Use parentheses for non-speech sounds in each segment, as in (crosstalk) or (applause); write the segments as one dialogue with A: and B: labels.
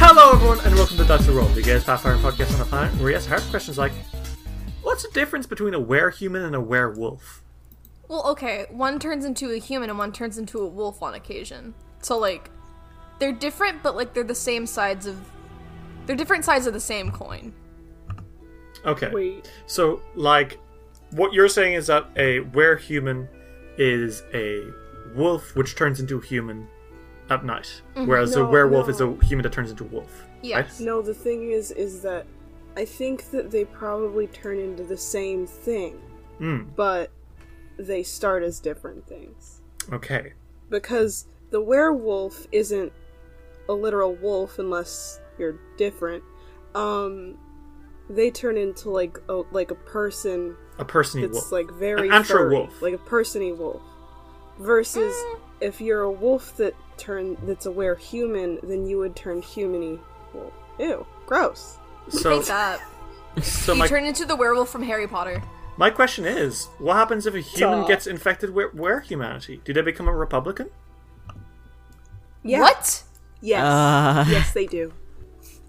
A: Hello, everyone, and welcome to That's a Roll, the Games Pathfinder podcast on the planet where we ask hard questions like What's the difference between a werehuman and a werewolf?
B: Well, okay, one turns into a human and one turns into a wolf on occasion. So like they're different but like they're the same sides of they're different sides of the same coin.
A: Okay.
C: Wait.
A: So, like, what you're saying is that a werehuman is a wolf which turns into a human at night, whereas a
C: Mm-hmm. No,
A: werewolf
C: no.
A: is a human that turns into a wolf.
B: Yes.
C: No, the thing is, is that I think that they probably turn into the same thing,
A: Right? Mm,
C: but they start as different things.
A: Hmm, okay.
C: Because the werewolf isn't a literal wolf unless you're different. Um, they turn into like a, like a person
A: A persony
C: that's
A: wolf.
C: like very
A: An
C: furry,
A: wolf.
C: like a persony wolf. Versus
B: Ah.
C: if you're a wolf that turn that's a were human, then you would turn humany wolf. Ew, gross.
A: so,
B: Take that.
A: so
B: you
A: my,
B: turn into the werewolf from Harry Potter.
A: my question is what happens if a human
C: Duh.
A: gets infected with werehumanity? Do they become a Republican?
C: Yeah.
B: What?
C: Yes.
D: Uh.
C: Yes, they do.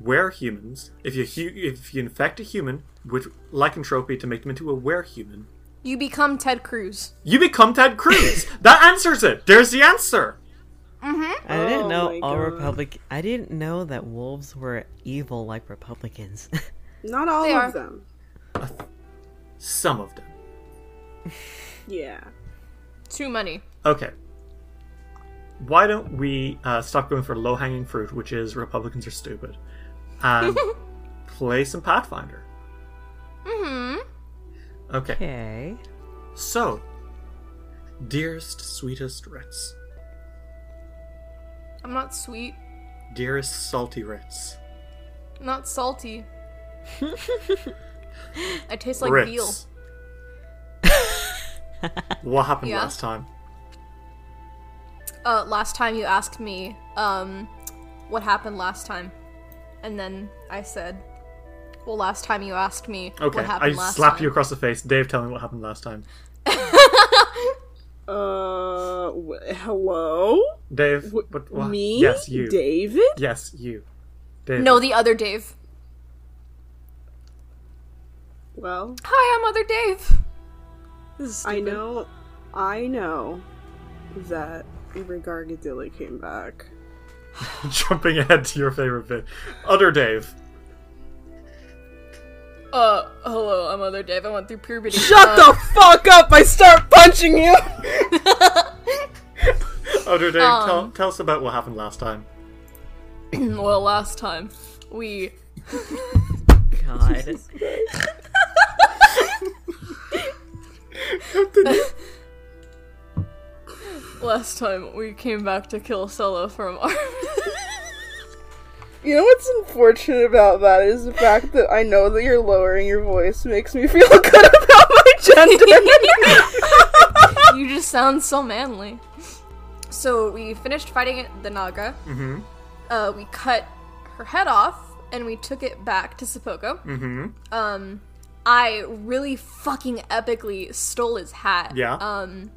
A: werehumans. If you hu- if you infect a human with lycanthropy to make them into a werehuman,
B: You become Ted Cruz.
A: you become Ted
B: (laughs)
A: Cruz. that answers it. There's the answer.
D: I didn't
C: Oh
D: know
C: my
D: all
C: God.
D: Republic. I didn't know that wolves were evil like Republicans. (laughs)
C: Not all
B: They
C: of
B: are.
C: them.
A: Some of them.
C: Yeah.
B: Too many.
A: Okay. Why don't we uh, stop going for low hanging fruit, which is Republicans are stupid,
B: (laughs)
A: and play some Pathfinder?
B: Mm-hmm.
A: Okay.
D: okay.
A: So, dearest, sweetest Ritz,
B: I'm not sweet.
A: dearest salty Ritz,
B: I'm
A: (laughs)
B: not salty. I taste like
A: Ritz.
B: veal.
A: what happened
B: Yeah?
A: last time?
B: Uh, last time you asked me, um, what happened last time, and then I said, "Well, last time you asked me
A: Okay,
B: what happened
A: I
B: last
A: slap
B: time."
A: you across the face. Dave, tell me what happened last time.
C: Uh, wh- hello?
A: Dave,
C: Wh-
A: what, what?
C: Me?
A: Yes, you.
C: David?
A: Yes, you. Dave.
B: No, the other Dave.
C: Well,
B: Hi, I'm other Dave. This is
C: I
B: stupid.
C: know, I know that Regargadilly came back.
A: (laughs) jumping ahead to your favorite bit. Other Dave.
B: Uh, hello, I'm other Dave. I went through (laughs) puberty.
C: Shut the fuck up! I start punching you!
A: Other Dave, tell,
B: Um.
A: tell us about what happened last time.
B: the. Um, well, last time we
D: God.
B: last time we came back to kill Sella from our. (laughs)
C: You know what's unfortunate about that is the fact that I know that you're lowering your voice makes me (laughs) feel good (laughs) about my gender.
B: you just sound so manly. So we finished fighting the Naga. Mm-hmm. Uh, we cut her head off and we took it back to Sepoko. Mm-hmm. Um, I really fucking epically stole his hat.
A: Yeah.
B: Um,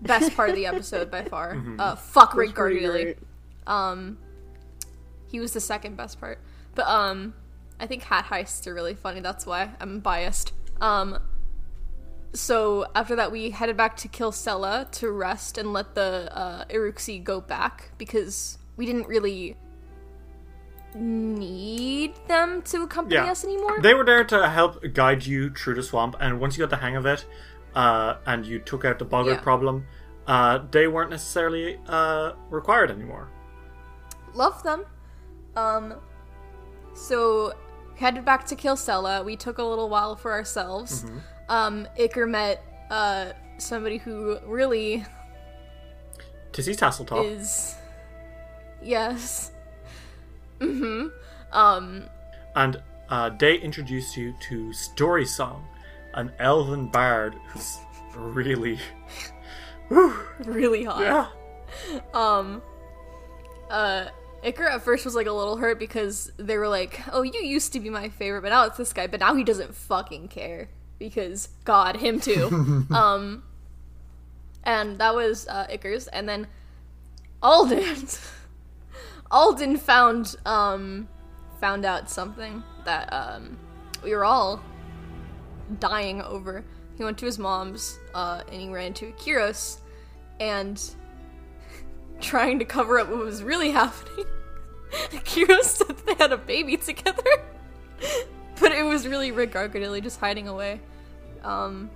B: best part of the episode by far. Uh, fuck Rick
C: pretty
B: Gargiulo.
C: great.
B: Um, he was the second best part. But um, I think hat heists are really funny. That's why I'm biased. Um, so after that, we headed back to Kilsella to rest and let the uh, Iruxi go back because we didn't really need them to accompany
A: Yeah.
B: us anymore.
A: They were there to help guide you through the swamp, and once you got the hang of it, uh, and you took out the bogger
B: Yeah.
A: problem, uh, they weren't necessarily uh, required anymore.
B: Love them. Um, so we headed back to Kilsella. We took a little while for ourselves. Um, Iker met uh, somebody who really
A: Tizzy Tasseltop.
B: is yes (laughs) hmm um
A: and uh, they introduced you to Story Song, an elven bard who's really
B: really hot
A: yeah
B: (laughs) um uh Iker at first was like a little hurt because they were like, "Oh, you used to be my favorite, but now it's this guy." But now he doesn't fucking care because God, him too. um, and that was uh, Iker's, and then Alden. (laughs) Alden found um found out something that um we were all dying over. He went to his mom's uh, and he ran to Kiros, and (laughs) trying to cover up what was really (laughs) happening. Kiro said that they had a baby together, (laughs) but it was really Rick Argadilli just hiding away. Um,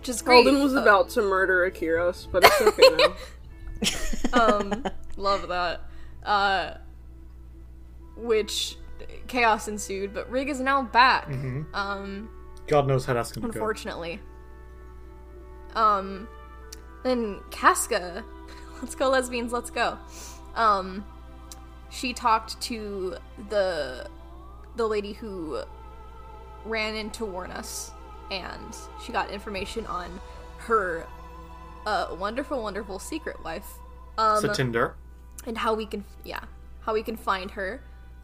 B: which is great.
C: Alden was
B: Uh,
C: about to murder Akiros, but it's okay (laughs) now.
B: um, love that. Uh, which chaos ensued, but Rig is now back. Um,
A: god knows how that's gonna go
B: unfortunately. Um, then Casca, (laughs) let's go lesbians, let's go. Um, she talked to the the lady who ran in to warn us, and she got information on her uh, wonderful, wonderful secret wife. Um,
A: so Tinder
B: and how we can yeah how we can find her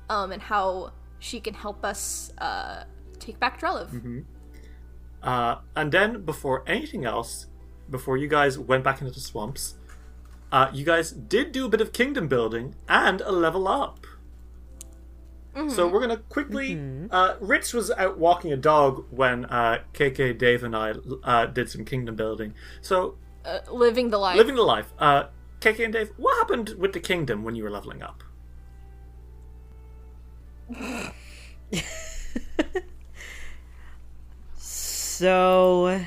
B: um and how she can help us uh take back Drelov.
A: Mm-hmm. uh, and then before anything else before you guys went back into the swamps uh, you guys did do a bit of kingdom building and a level up so we're gonna quickly uh, Rich was out walking a dog when uh, KK Dave and I uh, did some kingdom building so
B: Uh, living the life
A: living the life uh, KK and Dave what happened with the kingdom when you were leveling up
D: So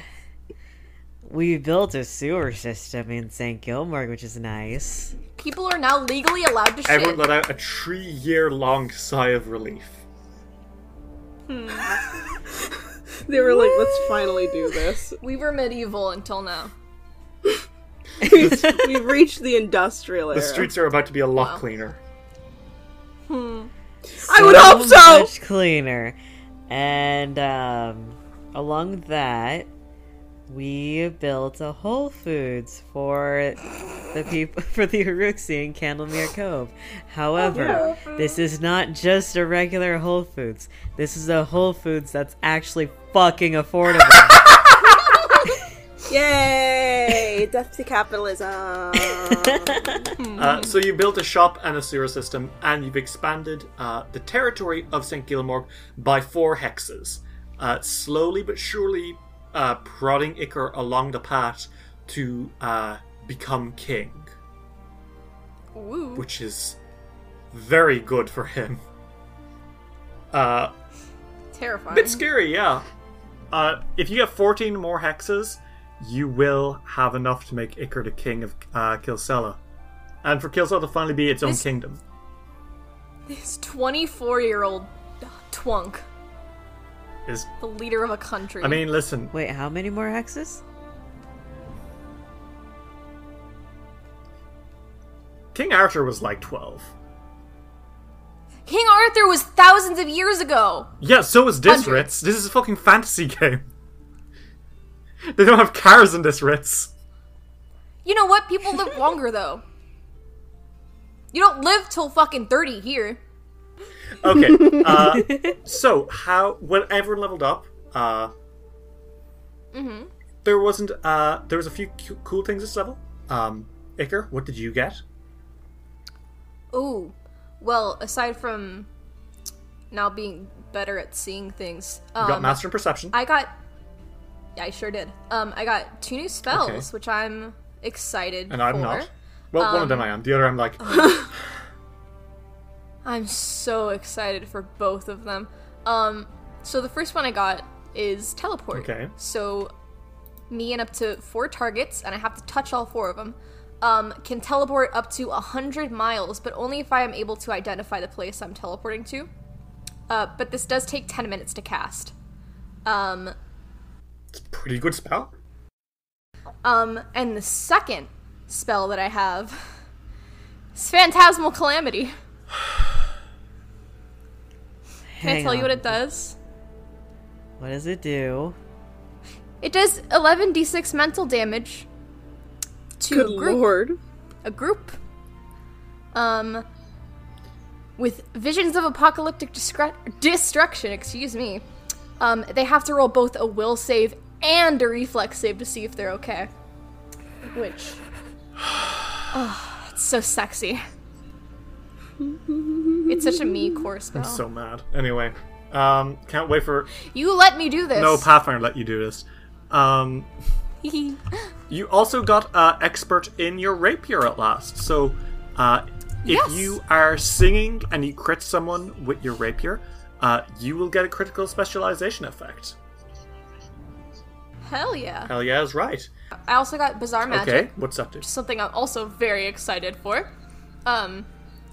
D: we built a sewer system in St. Gilmore, which is nice.
B: people are now legally allowed to
A: Everyone let
B: shit
A: out a three year long sigh of relief.
C: They were like, let's finally do this.
B: we were medieval until now
C: We've reached the industrial era.
A: The streets are about to be a lot cleaner.
C: I would hope so!
D: Much cleaner. And um, along that, we built a Whole Foods for the people (laughs) for the Uruxi in Candlemere Cove. However, this is not just a regular Whole Foods. This is a Whole Foods that's actually fucking affordable.
C: (laughs) Yay! (laughs) Death to capitalism.
A: Uh, so you built a shop and a sewer system, and you've expanded uh, the territory of St. Gilmore by four hexes. Uh, slowly but surely uh, prodding Icar along the path to uh, become king,
B: Woo.
A: which is very good for him. Uh,
B: terrifying
A: bit scary, yeah. Uh, if you get 14 more hexes, you will have enough to make Icar the king of uh, Kilsella. And for Kilsella to finally be its own
B: This-
A: kingdom.
B: this 24 year old twunk
A: Is
B: the leader of a country
A: I mean, listen,
D: Wait, how many more hexes?
A: King Arthur was like 12.
B: king arthur was thousands of years ago
A: Yeah, so is this
B: Hundred.
A: Ritz. This is a fucking (laughs) fantasy game. They don't have cars in this Ritz.
B: You know what? People live (laughs) longer though. You don't live till fucking thirty here.
A: Okay.
B: (laughs)
A: Uh, so how when everyone leveled up, uh,
B: Mm-hmm.
A: there wasn't uh, there was a few cu- cool things this level. Um, Iker, what did you get?
B: Ooh. Well, aside from now being better at seeing things,
A: You got
B: um,
A: master in perception.
B: I got. Yeah, I sure did. Um, I got two new spells,
A: Okay.
B: which I'm excited.
A: and I'm
B: for.
A: not. Well, one of
B: Um,
A: them I am. The other I'm
B: (laughs)
A: like,
B: I'm so excited for both of them. Um, so the first one I got is teleport.
A: Okay.
B: So, me and up to four targets, and I have to touch all four of them. Um, can teleport up to hundred miles, but only if I am able to identify the place I'm teleporting to. Uh, but this does take ten minutes to cast. Um,
A: it's a pretty good spell.
B: Um, and the second spell that I have (laughs) is Phantasmal Calamity. Can I
D: Hang
B: tell you what
D: on.
B: it does?
D: What does it do?
B: It does 11d6 mental damage to
C: Good
B: a group.
C: lord.
B: A group. Um, with visions of apocalyptic discre- destruction, excuse me. Um, they have to roll both a will save and a reflex save to see if they're okay. Which, (sighs) oh, it's so sexy. It's such a me core spell.
A: So mad. Anyway, um, can't wait for
B: you let me do this.
A: no Pathfinder let you do this. Um, You also got uh, expert in your rapier at last. So, uh, if
B: Yes.
A: you are singing and you crit someone with your rapier, uh, you will get a critical specialization effect.
B: Hell yeah!
A: Hell yeah, is right.
B: I also got bizarre magic.
A: Okay, what's up, dude?
B: something I'm also very excited for. Um,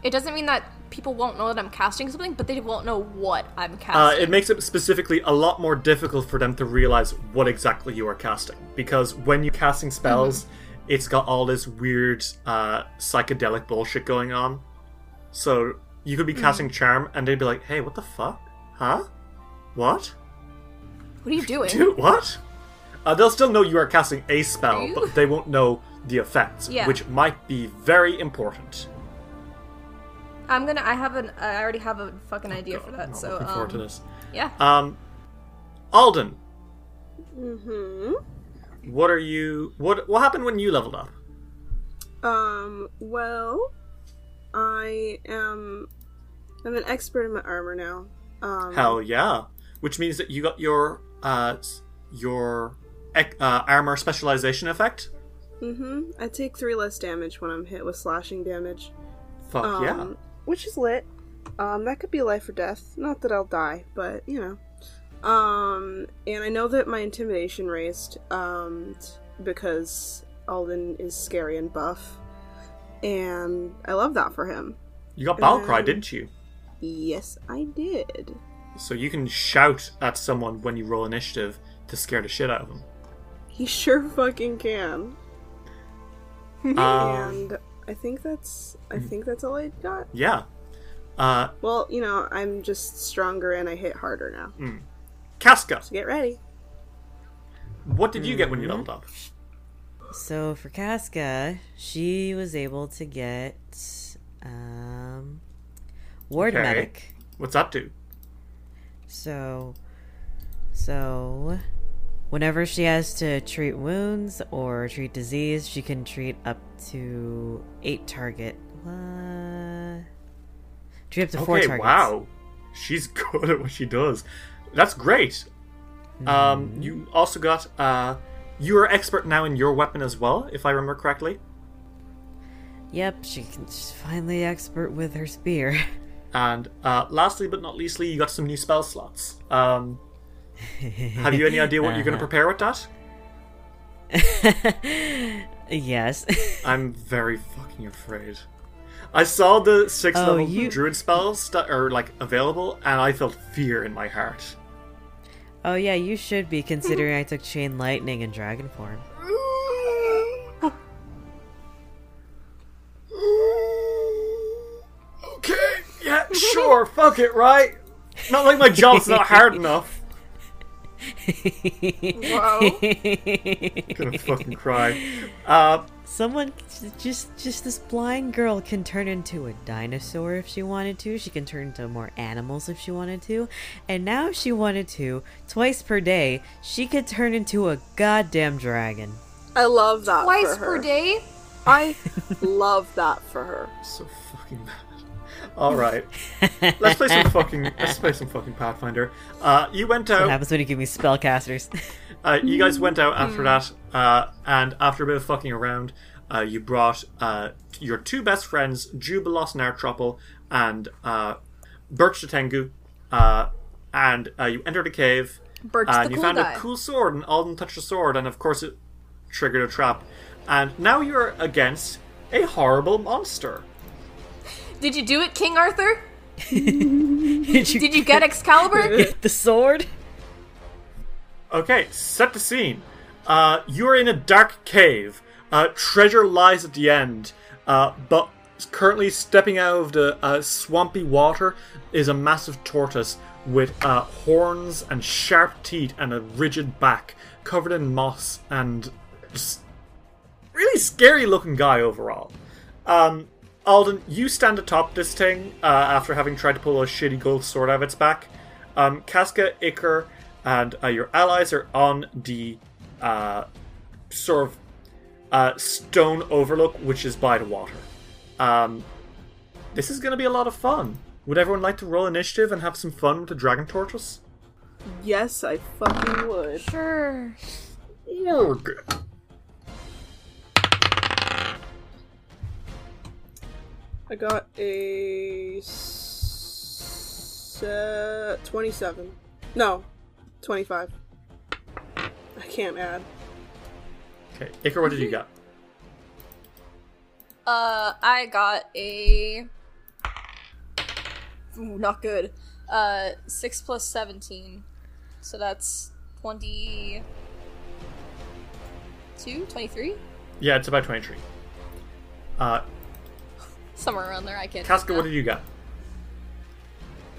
B: it doesn't mean that people won't know that I'm casting something, but they won't know what I'm
A: Uh,
B: casting.
A: it makes it specifically a lot more difficult for them to realize what exactly you are casting because when you're casting spells, it's got all this weird uh, psychedelic bullshit going on. So you could be
B: Hmm.
A: casting charm, and they'd be like, "Hey, what the fuck? Huh? What?"
B: what are you doing?
A: Dude, what? Uh, they'll still know you are casting a spell,
B: You-
A: but they won't know the effects,
B: Yeah.
A: which might be very important.
B: I'm gonna. I have an. I already have a fucking idea for that.
A: I'm
B: so
A: looking forward
B: um,
A: to this.
B: yeah.
A: Um, Alden,
C: Mm-hmm.
A: what are you? What what happened when you leveled up?
C: Mm-hmm. Um, well, I am. I'm an expert in my armor now. Um,
A: Hell yeah! Which means that you got your uh s- your ec- uh, armor specialization effect.
C: Mm-hmm. I take three less damage when I'm hit with slashing damage.
A: Fuck
C: Um,
A: yeah!
C: Which is lit. Um, that could be life or death. Not that I'll die, but you know. Um, and I know that my intimidation raised um, t- because Alden is scary and buff, and I love that for him.
A: You got battle cry,
C: um,
A: didn't you?
C: Yes, I did.
A: So you can shout at someone when you roll initiative to scare the shit out of them.
C: He (laughs) sure fucking can.
A: (laughs) Um,
C: and I think that's I think that's all I got.
A: yeah. Uh,
C: Well, you know, I'm just stronger and I hit harder now.
A: Casca,
C: Get ready.
A: What did you get when you
C: Mm-hmm.
A: leveled up?
D: So for Casca, she was able to get um, ward
A: Okay.
D: medic.
A: What's that do?
D: So, so whenever she has to treat wounds or treat disease, she can treat up to eight target. What? Treat up to four
A: okay,
D: targets.
A: wow. She's (laughs) good at what she does. That's great.
D: Mm-hmm.
A: Um, you also got uh, you are expert now in your weapon as well, if I remember correctly.
D: Yep, she can, she's finally expert with her spear. (laughs)
A: And uh, lastly but not leastly, you got some new spell slots.
D: (laughs)
A: Um, have you any idea what you're
D: Uh-huh.
A: going to prepare with that?
D: yes. (laughs)
A: I'm very fucking afraid. I saw the sixth
D: Oh,
A: level
D: you-
A: druid spells that are like available, and I felt fear in my heart.
D: oh yeah, you should be considering I took chain lightning and dragon form.
A: Okay, yeah, sure, fuck it, right? Not like my job's not hard enough.
B: Wow.
A: gonna fucking cry. Uh,
D: Someone, just just this blind girl can turn into a dinosaur if she wanted to. She can turn into more animals if she wanted to, and now if she wanted to, twice per day, she could turn into a goddamn dragon.
C: (laughs) I love that.
B: Twice
C: for her.
B: per day?
C: I love that for her.
A: So fucking bad. All right, let's play some fucking let's play some fucking Pathfinder. Uh, you went
D: What
A: out.
D: happens when you give me spellcasters? (laughs)
A: Uh, you guys went out
B: Hmm.
A: after that, uh, and after a bit of fucking around, uh, you brought uh, your two best friends, Jubilos Nartropple and uh, Birch the Tengu, uh, and uh, you entered a cave.
B: Birch
A: and
B: the
A: you
B: cool
A: found
B: guy.
A: a cool sword, and Alden touched the sword, and of course it triggered a trap. And now you're against a horrible monster.
B: Did you do it, King
C: (laughs)
B: Arthur?
D: Did you,
B: Did you
A: (laughs)
B: get Excalibur?
D: the sword?
A: Okay, set the scene. Uh, you're in a dark cave. Uh, treasure lies at the end, uh, but currently stepping out of the uh, swampy water is a massive tortoise with uh, horns and sharp teeth and a rigid back, covered in moss and just really scary looking guy overall. Um, Alden, you stand atop this thing uh, after having tried to pull a shitty gold sword out of its back. Um, Casca, Iker, and uh, your allies are on the uh, sort of uh, stone overlook, which is by the water. Um, this is going to be a lot of fun. Would everyone like to roll initiative and have some fun with the dragon tortoise?
C: Yes, I fucking would.
B: sure.
C: I got a s- uh, 27. No, 25. I can't add.
A: Okay, Iker, what did you get?
B: Uh, I got a. Ooh, not good. Uh, 6 plus 17. So that's 22? 23?
A: Yeah, it's about 23. Uh,
B: Somewhere around there, I can't.
A: Casca, what did you get?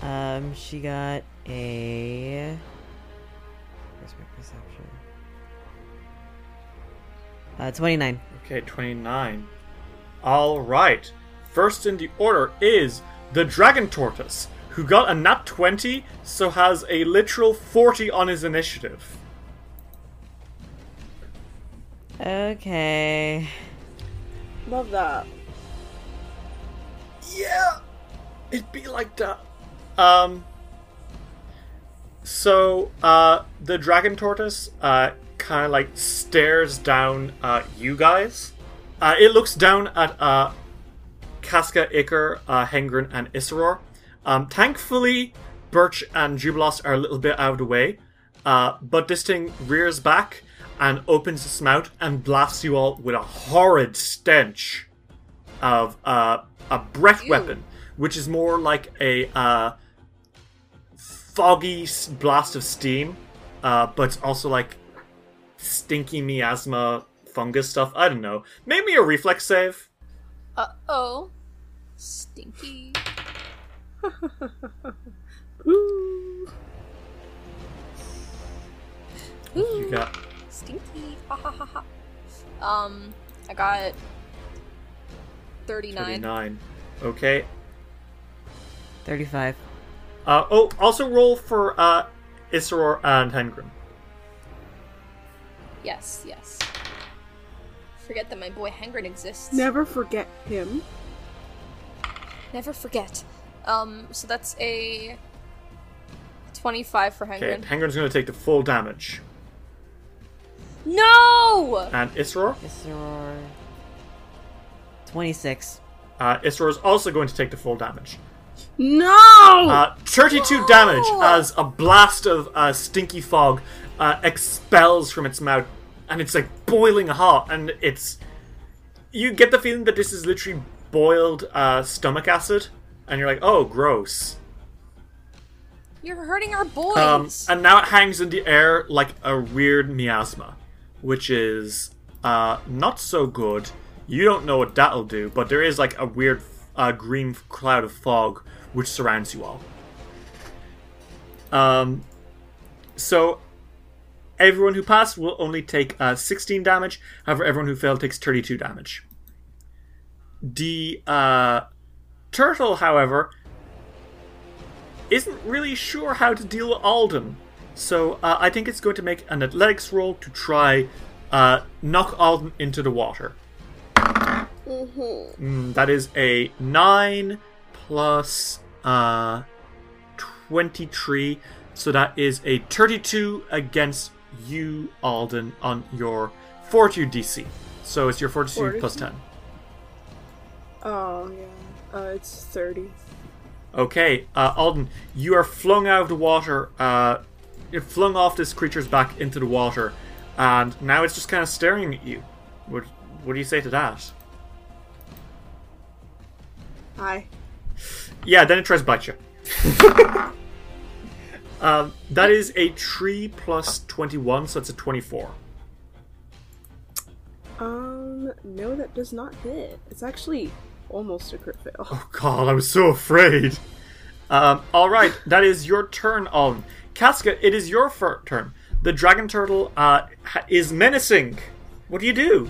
D: Um, she got a. Where's my perception? Uh, twenty-nine.
A: Okay, 29. All right. First in the order is the Dragon Tortoise, who got a nat 20, so has a literal 40 on his initiative.
D: Okay.
C: Love that.
A: Yeah, it'd be like that. Um. So, uh, the dragon tortoise, uh, kind of like stares down, uh, you guys. Uh, it looks down at, uh, Casca, Iker, uh, Hengrin, and Isseror. Um, thankfully, Birch and Jubilos are a little bit out of the way. Uh, but this thing rears back and opens its mouth and blasts you all with a horrid stench of uh, a breath
B: Ew.
A: weapon, which is more like a uh, foggy s- blast of steam, uh, but it's also like stinky miasma fungus stuff. I don't know. Make me a reflex save.
B: Uh oh. Stinky.
A: You got
B: Stinky. Ha ha ha ha. Um, I got 39.
A: 39. Okay.
D: Thirty-five.
A: Uh, oh, also roll for uh, Isseror and Hengrim.
B: Yes, yes. Forget that my boy Hengrin exists.
C: Never forget him.
B: Never forget. Um, so that's a 25 for
A: Okay,
B: Hengrin.
A: Hengrin's going to take the full damage.
B: No!
A: And Isseror?
D: Isseror. Twenty-six.
A: Uh, Isseror is also going to take the full damage.
C: No!
A: Uh, 32 damage as a blast of uh, stinky fog uh, expels from its mouth, and it's like boiling hot, and it's. You get the feeling that this is literally boiled uh, stomach acid, and you're like, oh, gross.
B: You're hurting our
A: Um,
B: boys!
A: and now it hangs in the air like a weird miasma, which is uh, not so good. You don't know what that'll do, but there is like a weird uh, green cloud of fog which surrounds you all. Um, so, Everyone who passed will only take uh, 16 damage. However, everyone who failed takes 32 damage. The uh, turtle, however, isn't really sure how to deal with Alden. So uh, I think it's going to make an athletics roll to try uh, knock Alden into the water. Mm, that is a 9 plus uh, 23. So that is a 32 against you, Alden, on your fortitude DC. So it's your fortitude plus 10.
C: Oh yeah. Uh, it's thirty.
A: Okay, uh, Alden, you are flung out of the water. Uh, you're flung off this creature's back into the water, and now it's just kind of staring at you. What, what do you say to that?
C: Hi.
A: Yeah, then it tries to bite you. um, that is a 3 plus 21, so it's a 24.
C: Um, no, that does not hit. It's actually almost a crit fail.
A: Oh, God, I was so afraid. Um, all right, that is your turn, Alden. Casca, it is your fir- turn. The dragon turtle uh, ha- is menacing. What do you do?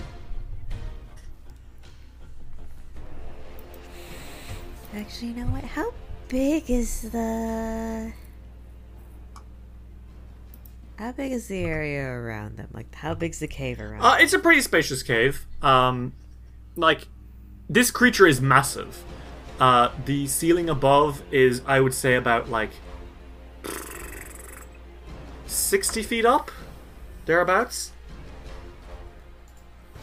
E: Actually, you know what? How big is the.
D: How big is the area around them? Like, how big's the cave around?
A: Uh, it's a pretty spacious cave. Um, like, this creature is massive. Uh, the ceiling above is, I would say, about like 60 feet up, thereabouts.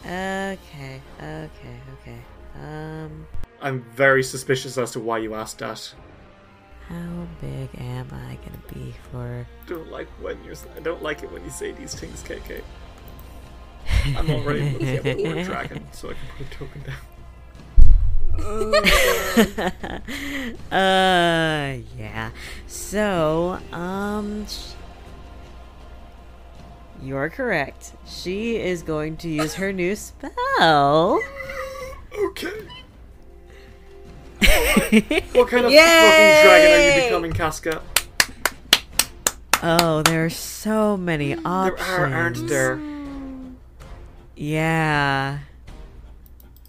D: okay, okay, okay. Um,
A: I'm very suspicious as to why you asked that.
D: how big am I gonna be for?
A: Don't like when you're. I don't like it when you say these things, KK. I'm already looking at the word dragon, so I can put a token down.
D: uh, yeah. So, um, sh- you're correct. She is going to use her new spell.
A: Okay. what kind of fucking dragon are you becoming, Casca?
D: Oh, there are so many
A: Mm, There
D: options.
A: are, aren't there?
D: Yeah.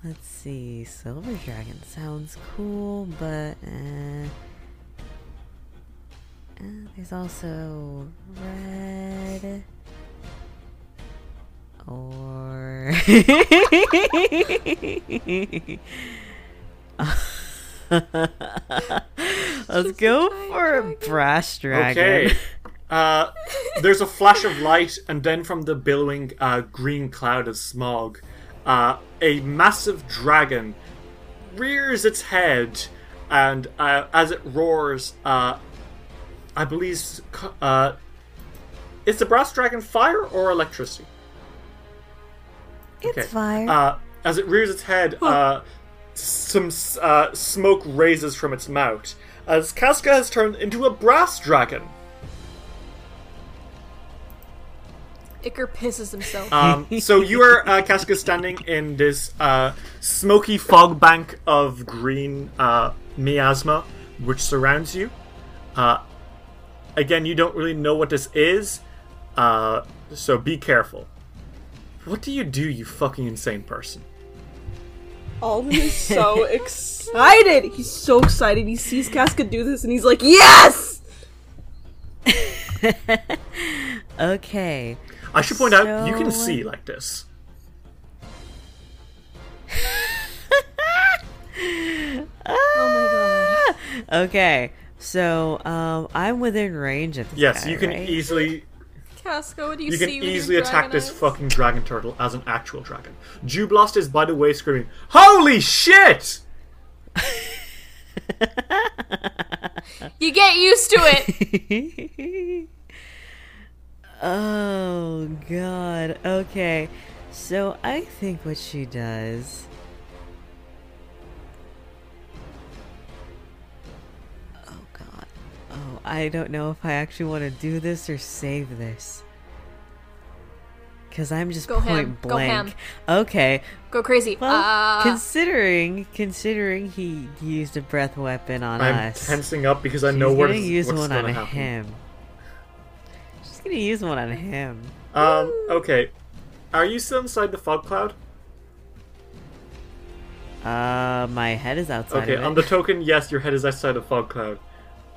D: Let's see. Silver dragon sounds cool, but uh, uh, there's also red
A: (laughs)
D: or (laughs) Let's go for a brass dragon.
A: Okay. Uh, there's a flash of light, and then from the billowing uh, green cloud of smog, uh, a massive dragon rears its head, and uh, as it roars, uh, I believe s- c- uh, is the brass dragon fire or electricity?
E: It's
A: Okay.
E: fire.
A: Uh, as it rears its head, uh, some s- uh, smoke raises from its mouth. As Casca has turned into a brass dragon.
B: Icker pisses himself.
D: (laughs)
A: Um, so you are uh, Casca standing in this uh, smoky fog bank of green uh, miasma, which surrounds you. Uh, again, you don't really know what this is, uh, so be careful. What do you do, you fucking insane person?
C: Alden is (laughs) so excited. He's so excited. He sees Casca do this, and he's like, "Yes!"
D: okay.
A: I should point out you can
D: So-
A: see like this.
D: oh my god. Okay. So, um, I'm within range of this
A: Yes,
D: guy,
A: you can
D: right?
A: easily
B: Casca, what do you,
A: you
B: see?
A: can
B: with your
A: easily attack
B: dragon
A: this
B: eyes?
A: fucking dragon turtle as an actual dragon. Jublast is by the way screaming, "Holy shit!"
B: You get used to (laughs) it.
D: (laughs) oh god. Okay. So I think what she does. Oh god. Oh, I don't know if I actually want to do this or save this. Cause I'm just
B: Go
D: point
B: ham. Go ham.
D: blank. Okay.
B: Go crazy.
D: Well,
B: Ah.
D: considering considering he used a breath weapon on
A: I'm
D: us.
A: tensing up because I
D: She's
A: know what
D: gonna
A: is-
D: use
A: what's
D: one
A: going to
D: on
A: happen.
D: him. She's just gonna use one on him.
A: Um, okay. Are you still inside the fog cloud?
D: Uh, my head is outside.
A: Okay,
D: of it.
A: on the token, yes, your head is outside of fog cloud.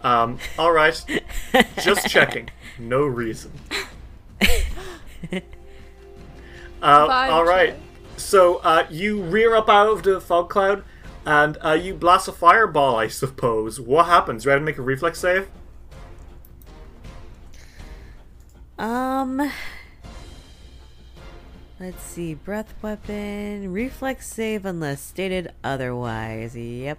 A: Um, alright.
D: (laughs)
A: Just checking. No reason. Uh,
B: Vibe
A: all right. So uh, you rear up out of the fog cloud, and uh, you blast a fireball. I suppose. What happens? You had to make a reflex save.
D: Um. Let's see. Breath weapon. Reflex save unless stated otherwise. Yep.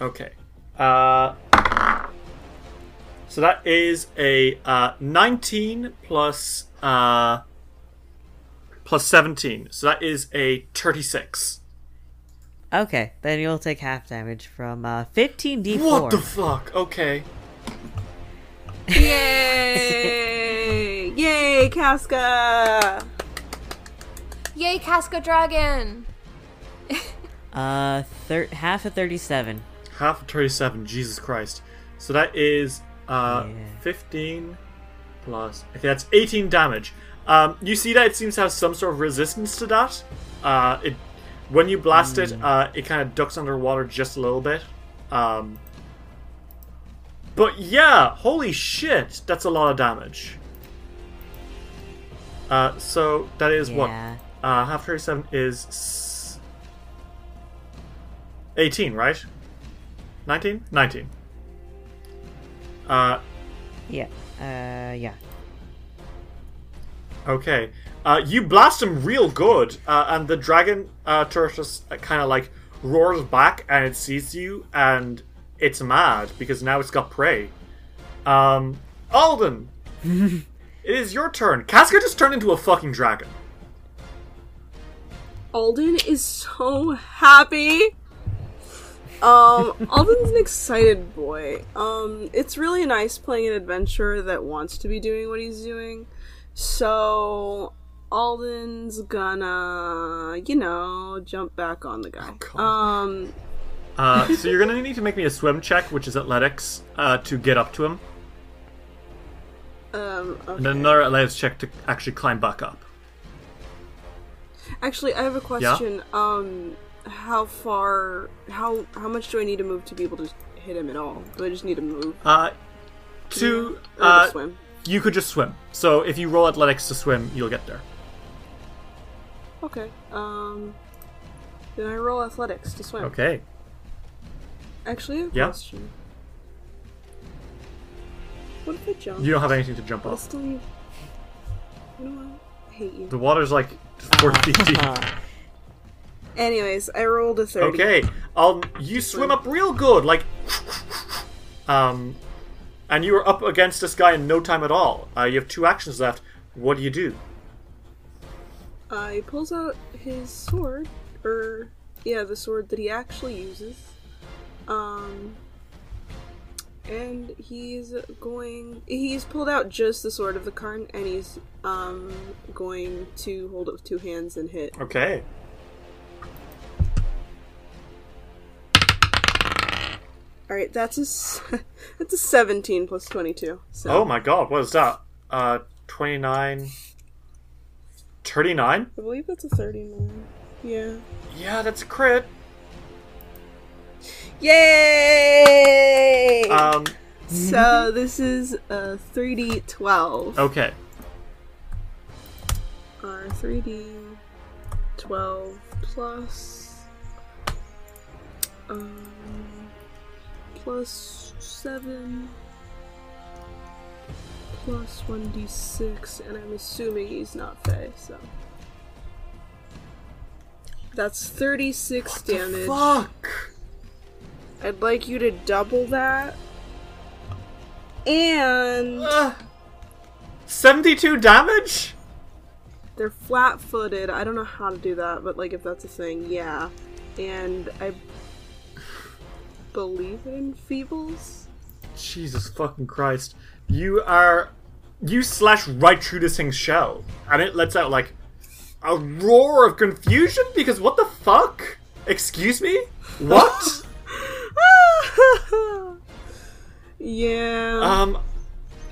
A: Okay. Uh, so that is a uh, 19 plus uh, plus 17. So that is a 36.
D: Okay, then you'll take half damage from uh, 15d4.
A: What the fuck? Okay.
C: Yay! (laughs) Yay, Casca!
B: Yay, Casca Dragon!
D: uh, thir- half of 37.
A: Half of 37, Jesus Christ. So that is uh,
D: Yeah.
A: 15 plus. Okay, that's 18 damage. Um, you see that it seems to have some sort of resistance to that. Uh, it, when you blast it, uh, it kind of ducks underwater just a little bit. Um, but yeah, holy shit, that's a lot of damage. Uh, so that is what?
D: Yeah.
A: Uh, half 37 is. s- 18, right? 19? 19. Uh,
D: Yeah. Uh, yeah.
A: okay. Uh, you blast him real good, uh, and the dragon uh, turret just kind of like roars back and it sees you, and it's mad because now it's got prey. Um, Alden! it is your turn. Casca just turned into a fucking dragon.
C: Alden is so happy. Um, Alden's an excited boy. Um, it's really nice playing an adventurer that wants to be doing what he's doing. So Alden's gonna, you know, jump back Oh, on the guy. um,
A: Uh, so you're gonna (laughs) need to make me a swim check, which is athletics, uh, to get up to him,
C: um,
A: and
C: okay.
A: then another athletics check to actually climb back up.
C: actually, I have a question. Um, how far? How how much do I need to move to be able to hit him at all? Do I just need to move
A: Uh, to
C: or
A: uh,
C: to swim?
A: you could just swim. So if you roll athletics to swim, you'll get there.
C: Okay. Um, then I roll athletics to swim.
A: Okay.
C: Actually, I have a
A: Yeah.
C: question. What if I jump?
A: You don't have anything to jump
C: I
A: off.
C: still need. You know what? I hate you.
A: The water's like (laughs) four feet deep.
C: Anyways, I rolled a 30.
A: Okay. Um, you swim up real good, like, um, and you are up against this guy in no time at all. Uh, you have two actions left. What do you do?
C: Uh, he pulls out his sword, or yeah, the sword that he actually uses. Um, and he's going. He's pulled out just the sword of the Karn, and he's um going to hold it with two hands and hit.
A: Okay.
C: All right, that's a s- (laughs) that's a seventeen plus twenty two. So
A: Oh my god, what is that? Uh, 29. 39?
C: I believe that's a 39. Yeah.
A: Yeah, that's a crit.
C: Yay!
A: Um,
C: so this is a 3d12.
A: okay.
C: Our 3d12 plus. Um, plus 7. Plus 1d6, and I'm assuming he's not Fey, so. That's 36 damage.
A: Fuck!
C: I'd like you to double that. And
A: Ugh. 72 Uh, damage?
C: they're flat footed. I don't know how to do that, but like if that's a thing, yeah. And I believe it enfeebles.
A: Jesus fucking Christ. You are. You slash right through this thing's shell, and it lets out, like, a roar of confusion because what the fuck? Excuse me? What?
C: (laughs) Yeah.
A: Um,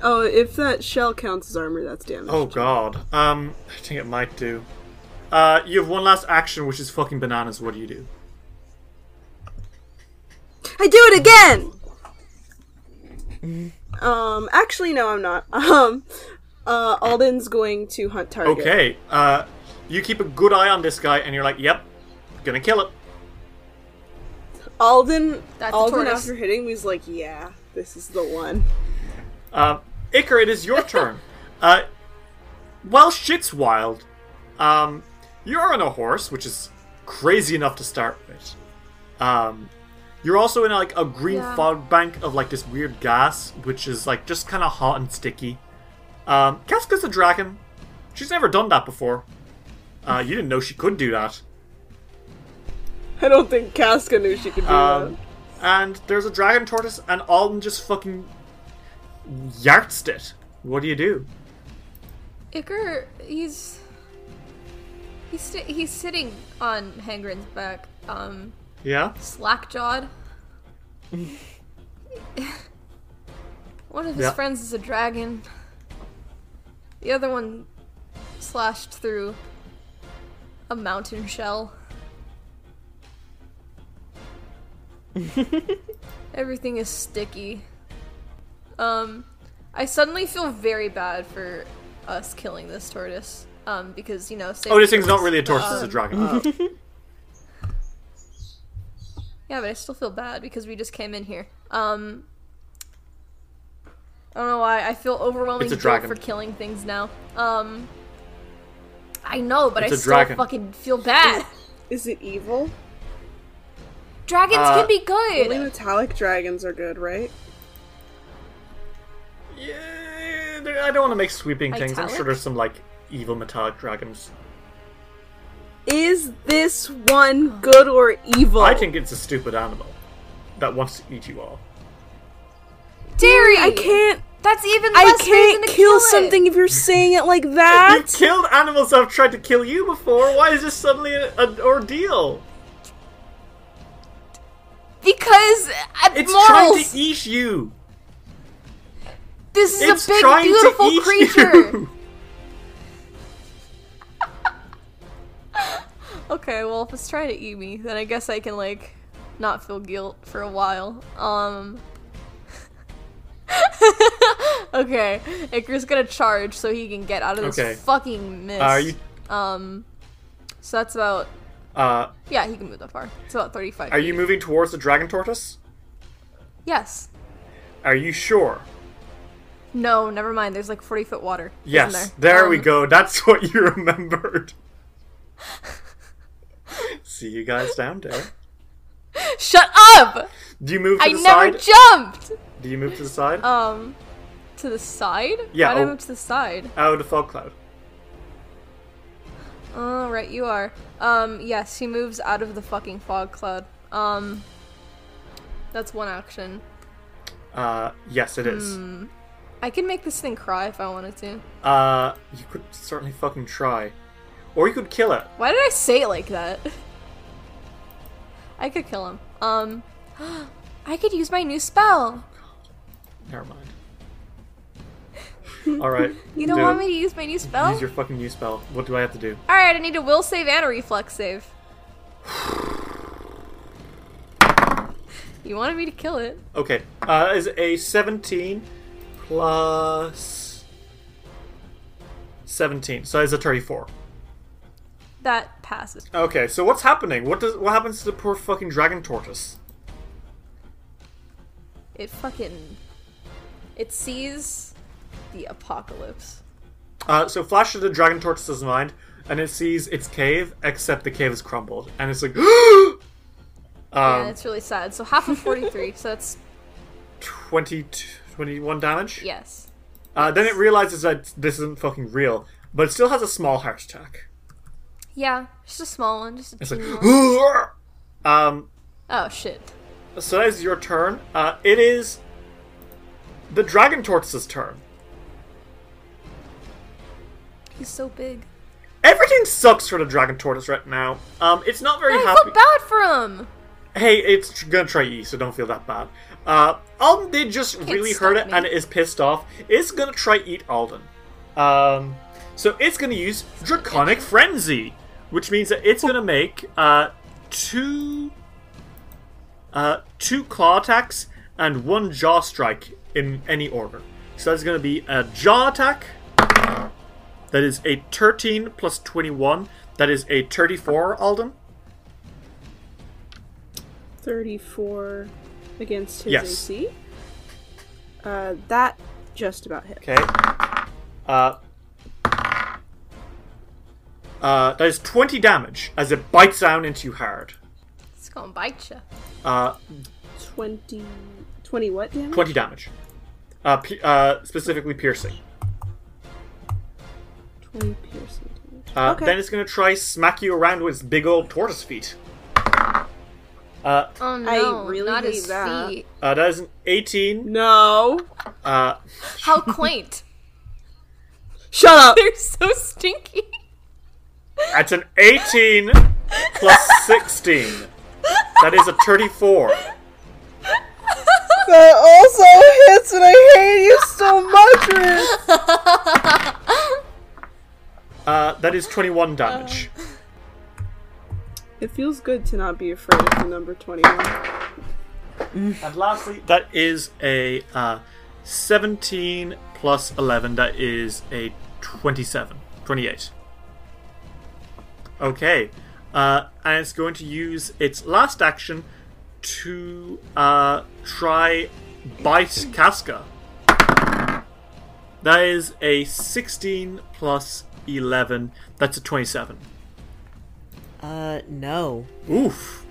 C: oh, if that shell counts as armor, that's damage.
A: Oh god. Um, I think it might do. Uh, you have one last action, which is fucking bananas. What do you do?
C: I do it again.
A: Mm-hmm.
C: um, actually, no, I'm not. (laughs) Um, uh, Alden's going to hunt target.
A: Okay. Uh, you keep a good eye on this guy, and you're like, "Yep, gonna kill it."
C: Alden.
B: That's a
C: Alden,
B: tortoise.
C: after hitting me, is like, "Yeah, this is the one." (laughs)
A: Uh, Icar, it is your turn. uh, well, shit's wild. Um, you're on a horse, which is crazy enough to start with. Um, you're also in like a green
B: Yeah.
A: fog bank of like this weird gas, which is like just kind of hot and sticky. Um, Casca's a dragon. She's never done that before. Uh, you didn't know she could do that.
C: I don't think Casca knew she could do
A: Um, and there's a dragon tortoise, and Alden just fucking yartzed it. What do you do?
B: Iker, he's he's sti he's sitting on Hangren's back, um,
A: Yeah.
B: slack-jawed. (laughs) one of his
A: Yeah.
B: friends is a dragon. The other one slashed through a
A: (laughs)
B: mountain shell. Everything is sticky. Um, I suddenly feel very bad for us killing this tortoise. Um, because you know,
A: Oh, this thing's not really a tortoise; it's a dragon. (laughs)
B: Yeah, but I still feel bad because we just came in here. Um, I don't know why. I feel overwhelming
A: It's a
B: guilt
A: dragon.
B: for killing things now. Um, I know, but
A: It's
B: I
A: a
B: still
A: dragon.
B: fucking feel bad.
C: it. Is it evil?
B: Dragons
A: Uh,
B: can be
C: Only
B: good.
C: metallic dragons are good, right?
A: Yeah, there- I don't want to make sweeping things. I'm sure
B: Italic?
A: there's some like evil metallic dragons.
C: Is this one good or evil?
A: I think it's a stupid animal that wants to eat you all.
B: Dairy.
C: I can't.
B: That's even.
C: I
B: less reason
C: can't
B: to
C: kill,
B: it.
C: something if you're saying it like
A: You
C: that.
A: killed animals that have tried to kill you before. Why is this suddenly a- an ordeal?
B: because uh,
A: It's trying
B: morals.
A: to eat you.
B: this is
A: It's
B: a big,
A: trying to
B: beautiful
A: eat (laughs)
B: creature.
A: you.
B: Okay, well, if it's trying to eat me, then I guess I can, like, not feel guilt for a while. Um. (laughs) okay, Icarus gonna charge so he can get out of this
A: Okay.
B: fucking mist.
A: Are you?
B: Um. So that's about.
A: Uh,
B: Yeah, he can move that far. It's about 35.
A: are you moving towards the dragon tortoise?
B: Yes.
A: Are you sure?
B: No, never mind. There's like 40 foot water. isn't
A: Yes.
B: there
A: There, we
B: Um,
A: go. That's (laughs) what you
B: (laughs)
A: remembered. See you guys down there.
B: Shut up!
A: Do you move to
B: I
A: the
B: never
A: side?
B: jumped!
A: Do you move to the side?
B: Um. To the side?
A: Yeah,
B: Why'd I
A: oh.
B: move to the side?
A: Out of the fog cloud.
B: Oh, right, you are. Um, yes, he moves out of the fucking fog cloud. Um, that's one action.
A: Uh, yes, it is.
B: Hmm. I can make this thing cry if I wanted to.
A: Uh, you could certainly fucking try, or you could kill it.
B: Why did I say it like that? (laughs) I could kill him. Um, (gasps) I could use my new spell.
A: Never
B: (laughs)
A: mind. All right.
B: You don't want me to use my new spell?
A: use your fucking new spell. What do I have to do?
B: All right, I need a will save and a reflex save. (sighs) You wanted me to kill it.
A: Okay. Uh, is a seventeen plus seventeen, so it's a thirty-four.
B: That passes.
A: Okay. So what's happening? What does what happens to the poor fucking dragon tortoise?
B: It fucking. It sees the apocalypse.
A: Uh, so flash to the dragon tortoise's mind, and it sees its cave, except the cave is crumbled, and it's like. (gasps)
B: and
A: Um,
B: it's really sad. So half of 43, so that's.
A: 20, 21 damage.
B: Yes.
A: Uh, then it realizes that this isn't fucking real, but it still has a small heart attack.
B: Yeah, just a small one, just a
A: It's like,
B: teeny one.
A: (gasps) um,
B: Oh, shit.
A: so that is your turn. Uh, it is the dragon tortoise's turn.
B: He's so big.
A: Everything sucks for the dragon tortoise right now. Um, it's not very
B: I
A: happy.
B: felt bad for him!
A: Hey, it's tr- gonna try you, so E, don't feel that bad. Uh, Alden did just really
B: stop
A: hurt it
B: me.
A: and it is pissed off. It's gonna try eat Alden. Um, so it's gonna use Draconic Frenzy, which means that it's gonna make uh, two uh, two claw attacks and one jaw strike in any order. So that's gonna be a jaw attack. That is a 13 plus 21. That is a 34, Alden.
C: 34 against his
A: Yes.
C: AC. Uh, that just about hit.
A: Okay. Uh, uh, that is 20 damage as it bites down into you hard.
B: It's gonna bite you.
A: Uh,
C: 20, 20 what damage?
A: 20 damage. Uh, pi- uh, specifically piercing.
C: 20 piercing damage.
A: Uh,
C: Okay.
A: Then it's going to try smack you around with its big old tortoise feet. Uh,
B: Oh no!
C: really
B: not
C: hate
B: his
C: that.
B: feet.
A: uh, that is an 18.
C: No!
A: Uh,
B: (laughs) How (laughs) quaint!
C: Shut up!
B: They're so stinky.
A: that's an 18 plus 16. That is a 34.
C: That also hits, and I hate you so much, Riz!
A: Uh, that is 21 damage.
C: (laughs) It feels good to not be afraid of the number 21.
A: And lastly, that is a uh, 17 plus 11. That is a 27. 28. Okay. Uh, and it's going to use its last action to uh, try bite Casca. That is a 16 plus 11. That's a 27.
D: (laughs) Uh, no.
A: Oof.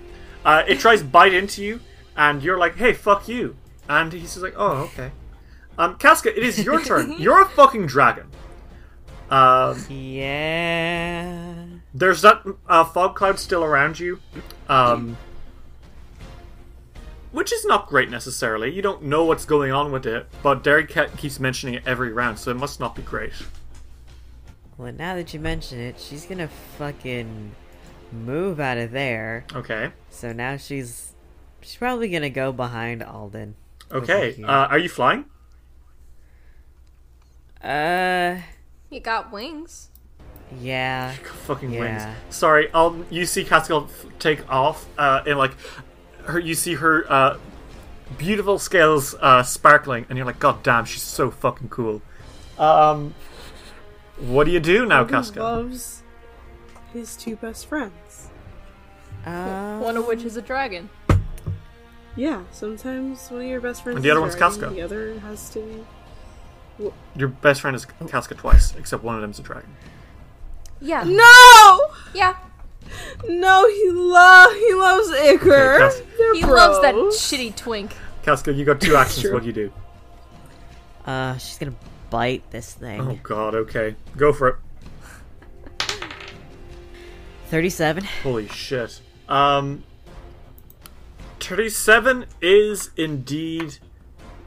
A: Uh, it tries bite into you, and you're like, hey, fuck you. And he's just like, oh, okay. Um, Casca, it is your turn. You're a fucking dragon. Um,
D: Yeah.
A: there's that uh, fog cloud still around you. Um, which is not great necessarily. You don't know what's going on with it, but Derry Cat keeps mentioning it every round, so it must not be great.
D: Well, now that you mention it, she's gonna fucking move out of there.
A: Okay.
D: So now she's she's probably gonna go behind Alden.
A: Okay.
D: here.
A: Uh, are you flying?
D: Uh,
B: You got wings.
D: yeah.
A: (laughs) fucking
D: Yeah.
A: wings. Sorry, um, you see Cascal f- take off, uh, and like, her, you see her uh, beautiful scales uh, sparkling, and you're like, God damn, she's so fucking cool. Um, what do you do now,
C: He
A: Cascal?
C: loves his two best friends.
D: Uh,
B: One of which is a dragon.
C: Yeah, sometimes one of your best friends
A: And the other one's
C: is dragon,
A: Casca.
C: The other has to be.
A: Your best friend is Casca twice, except one of them's a dragon.
B: Yeah.
C: No!
B: Yeah.
C: No, he love he loves
A: Okay,
C: Icar.
A: Casca.
C: (laughs) They're
B: He loves that
C: bros.
B: shitty twink.
A: Casca, you got two actions.
C: Sure.
A: What do you do?
D: uh, she's gonna bite this thing.
A: Oh God, okay, go for it.
D: Thirty-seven.
A: Holy shit. Um, 37 is indeed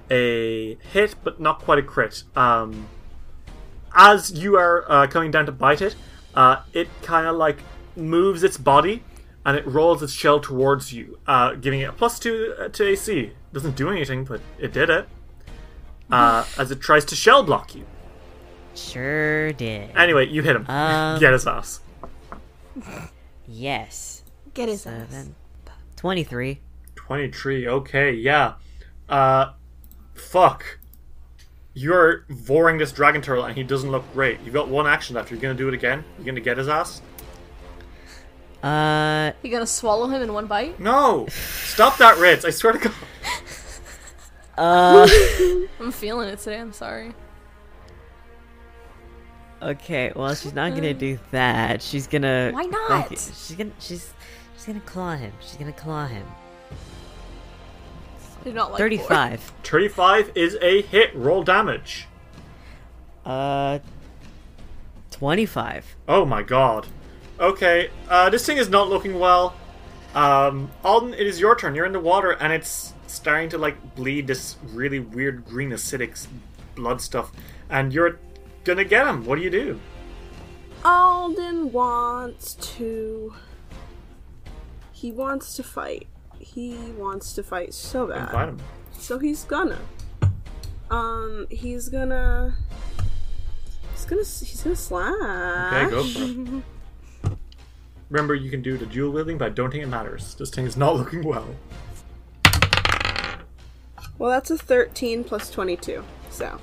A: a hit, but not quite a crit. Um, as you are uh, coming down to bite it, uh, it kind of like moves its body and it rolls its shell towards you, uh, giving it a plus two uh, to AC. Doesn't do anything, but it did it. Uh, as it tries to shell block you.
D: Sure did.
A: Anyway, you hit him.
D: Um,
A: Get his ass.
D: Yes.
B: Get his
D: Uh,
B: ass.
D: then twenty-three.
A: 23 okay yeah uh fuck you're voring this dragon turtle and he doesn't look great you've got one action left you're gonna do it again you're gonna get his ass
D: Uh,
B: You gonna swallow him in one bite?
A: no stop that ritz i swear to god
B: I'm feeling it today. I'm sorry.
D: okay. Well, she's not gonna do that. She's gonna.
B: Why not?
D: like, she's gonna. She's. She's gonna claw him. She's gonna claw him.
B: I do not like boar.
D: Thirty-five.
A: 35 is a hit roll damage
D: Uh, twenty-five.
A: oh my god okay uh this thing is not looking well um alden it is your turn you're in the water and it's starting to like bleed this really weird green acidic s- blood stuff and you're gonna get him what do you do
C: Alden wants to. He wants to fight. He wants to fight so bad.
A: Invite him.
C: So he's gonna. Um, he's gonna. He's gonna. He's gonna slash.
A: Okay, go for it. (laughs) Remember, you can do the dual wielding, but I don't think it matters. This thing is not (laughs) looking well.
C: Well, that's a thirteen plus twenty-two. So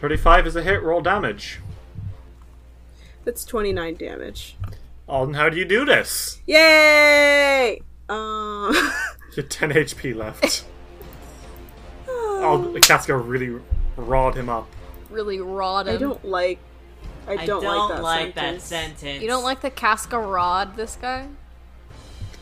A: 35 is a hit, roll damage.
C: that's twenty-nine damage.
A: Alden, how do you do this? (laughs)
C: Yay! Um. (laughs)
A: You have 10 HP left. Alden, Casca really rawed him up.
B: Really rod him.
C: I don't like. Um, I
D: I
C: don't, like, that, sentence.
D: sentence.
B: You don't like the cascarod, this guy?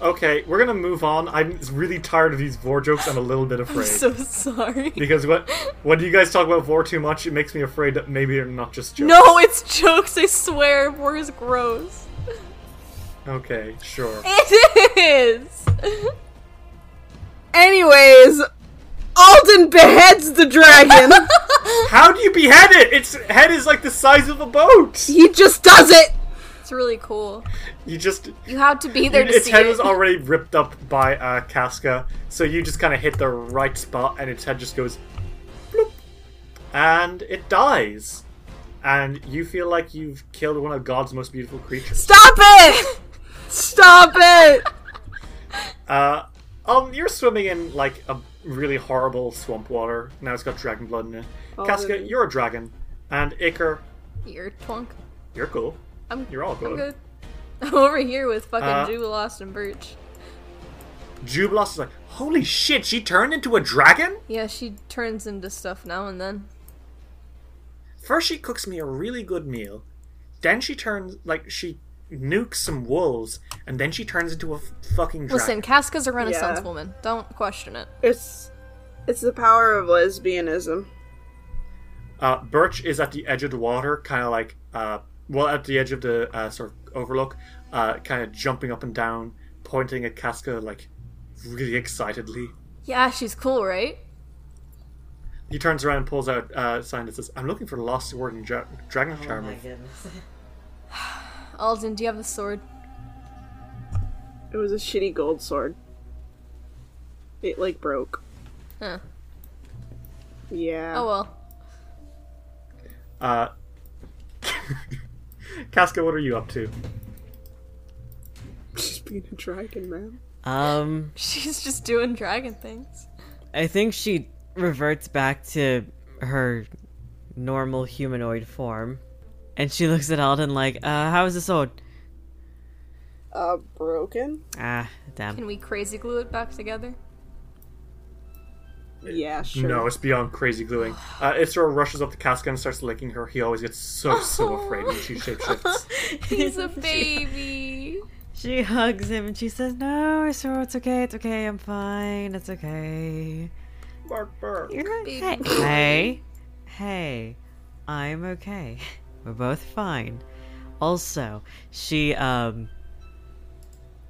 A: Okay, we're gonna move on. I'm really tired of these Vor jokes. I'm a little
B: (laughs)
A: bit afraid.
B: So sorry.
A: because when, when you guys talk about Vor too much, it makes me afraid that maybe they're not just jokes.
B: (laughs) No, it's jokes, I swear. War is gross. (laughs)
A: Okay, sure.
B: It is! (laughs)
C: Anyways, Alden beheads the (laughs) dragon.
A: How do you behead it? Its head is like the size of a boat!
C: he just does it.
B: It's really cool.
A: You just.
B: You had to be there to
A: its
B: see
A: head
B: it.
A: was
B: (laughs)
A: already ripped up by uh, Casca, so you just kind of hit the right spot, and its head just goes, bloop, and it dies. And you feel like you've killed one of God's most beautiful creatures.
C: Stop it! Stop
A: (laughs)
C: it!
A: Uh, um, you're swimming in like a really horrible swamp water. Now it's got dragon blood in it. Casca,
C: really?
A: you're a dragon, and Iker,
B: Ear twonk.
A: you're cool.
B: I'm,
A: You're all
B: I'm
A: good.
B: good. I'm over here with fucking
A: Oh, Uh,
B: Jew, Lost, and Birch.
A: Jubilos is like, holy shit, she turned into a dragon.
B: Yeah, she turns into stuff now and then.
A: First, she cooks me a really good meal. Then she turns like she nukes some wolves, and then she turns into a f- fucking dragon.
B: Listen, Casca's a renaissance
C: Yeah.
B: woman. Don't question it.
C: It's it's the power of lesbianism.
A: Uh, Birch is at the edge of the water, kind of like, uh, well, at the edge of the uh, sort of overlook, uh, kind of jumping up and down, pointing at Casca like really excitedly.
B: Yeah, she's cool, right?
A: He turns around and pulls out uh, a sign that says, "I'm looking for the lost sword and dra- dragon
D: Oh my
A: charmer."
D: goodness.
B: Alden, do you have the sword?
C: It was a shitty gold sword. It like broke.
B: Huh.
C: Yeah.
B: Oh well.
A: uh, (laughs) Casca, what are you up to?
C: (laughs) Just being a dragon, man.
D: Um,
B: (laughs) She's just doing dragon things.
D: I think she reverts back to her normal humanoid form, and she looks at Alden like, "Uh, how is the sword?"
C: Uh, broken?
D: Ah, damn.
B: Can we crazy glue it back together?
C: Yeah, sure.
A: No, it's beyond crazy gluing. Uh, Isra rushes up to Casca and starts licking her. He always gets so, so afraid when she shapeshifts.
B: He's (laughs) a baby.
D: She hugs him and she says, "No, it's all- it's okay. It's okay. I'm fine. It's okay.
A: bark, bark.
D: You're
B: Baby
D: okay.
B: boy.
D: Hey, hey, I'm okay. We're both fine." Also, she um,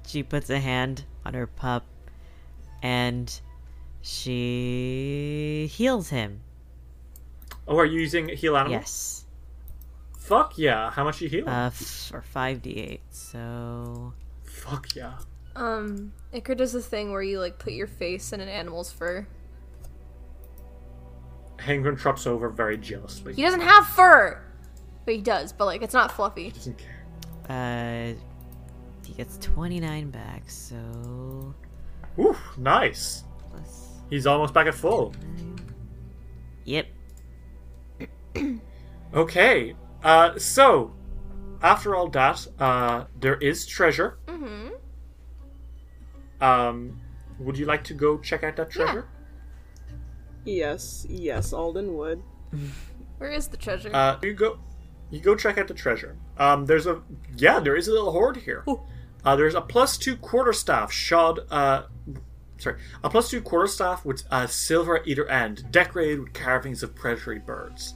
D: she puts a hand on her pup, and she heals him.
A: Oh, are you using heal animal?
D: Yes.
A: Fuck yeah. How much you heal?
D: Uh, f- or 5d8, so.
A: Fuck yeah.
B: Um, Icar does a thing where you like put your face in an animal's fur.
A: Hengrin trops over very jealously.
B: He doesn't have fur, but he does. But like, it's not fluffy.
A: He doesn't care.
D: Uh, he gets 29 back, so.
A: Ooh, nice.
D: Plus.
A: He's almost back at full.
D: Yep.
A: Okay. Uh, so after all that, uh, there is treasure.
B: Mm-hmm.
A: Um, would you like to go check out that treasure?
C: Yes, yes, Alden would.
B: Where is the treasure?
A: Uh, you go, you go check out the treasure. Um, there's a yeah, there is a little hoard here. Uh, there's a plus two quarterstaff shod. Uh, sorry, a plus two quarterstaff with a silver at either end, decorated with carvings of predatory birds,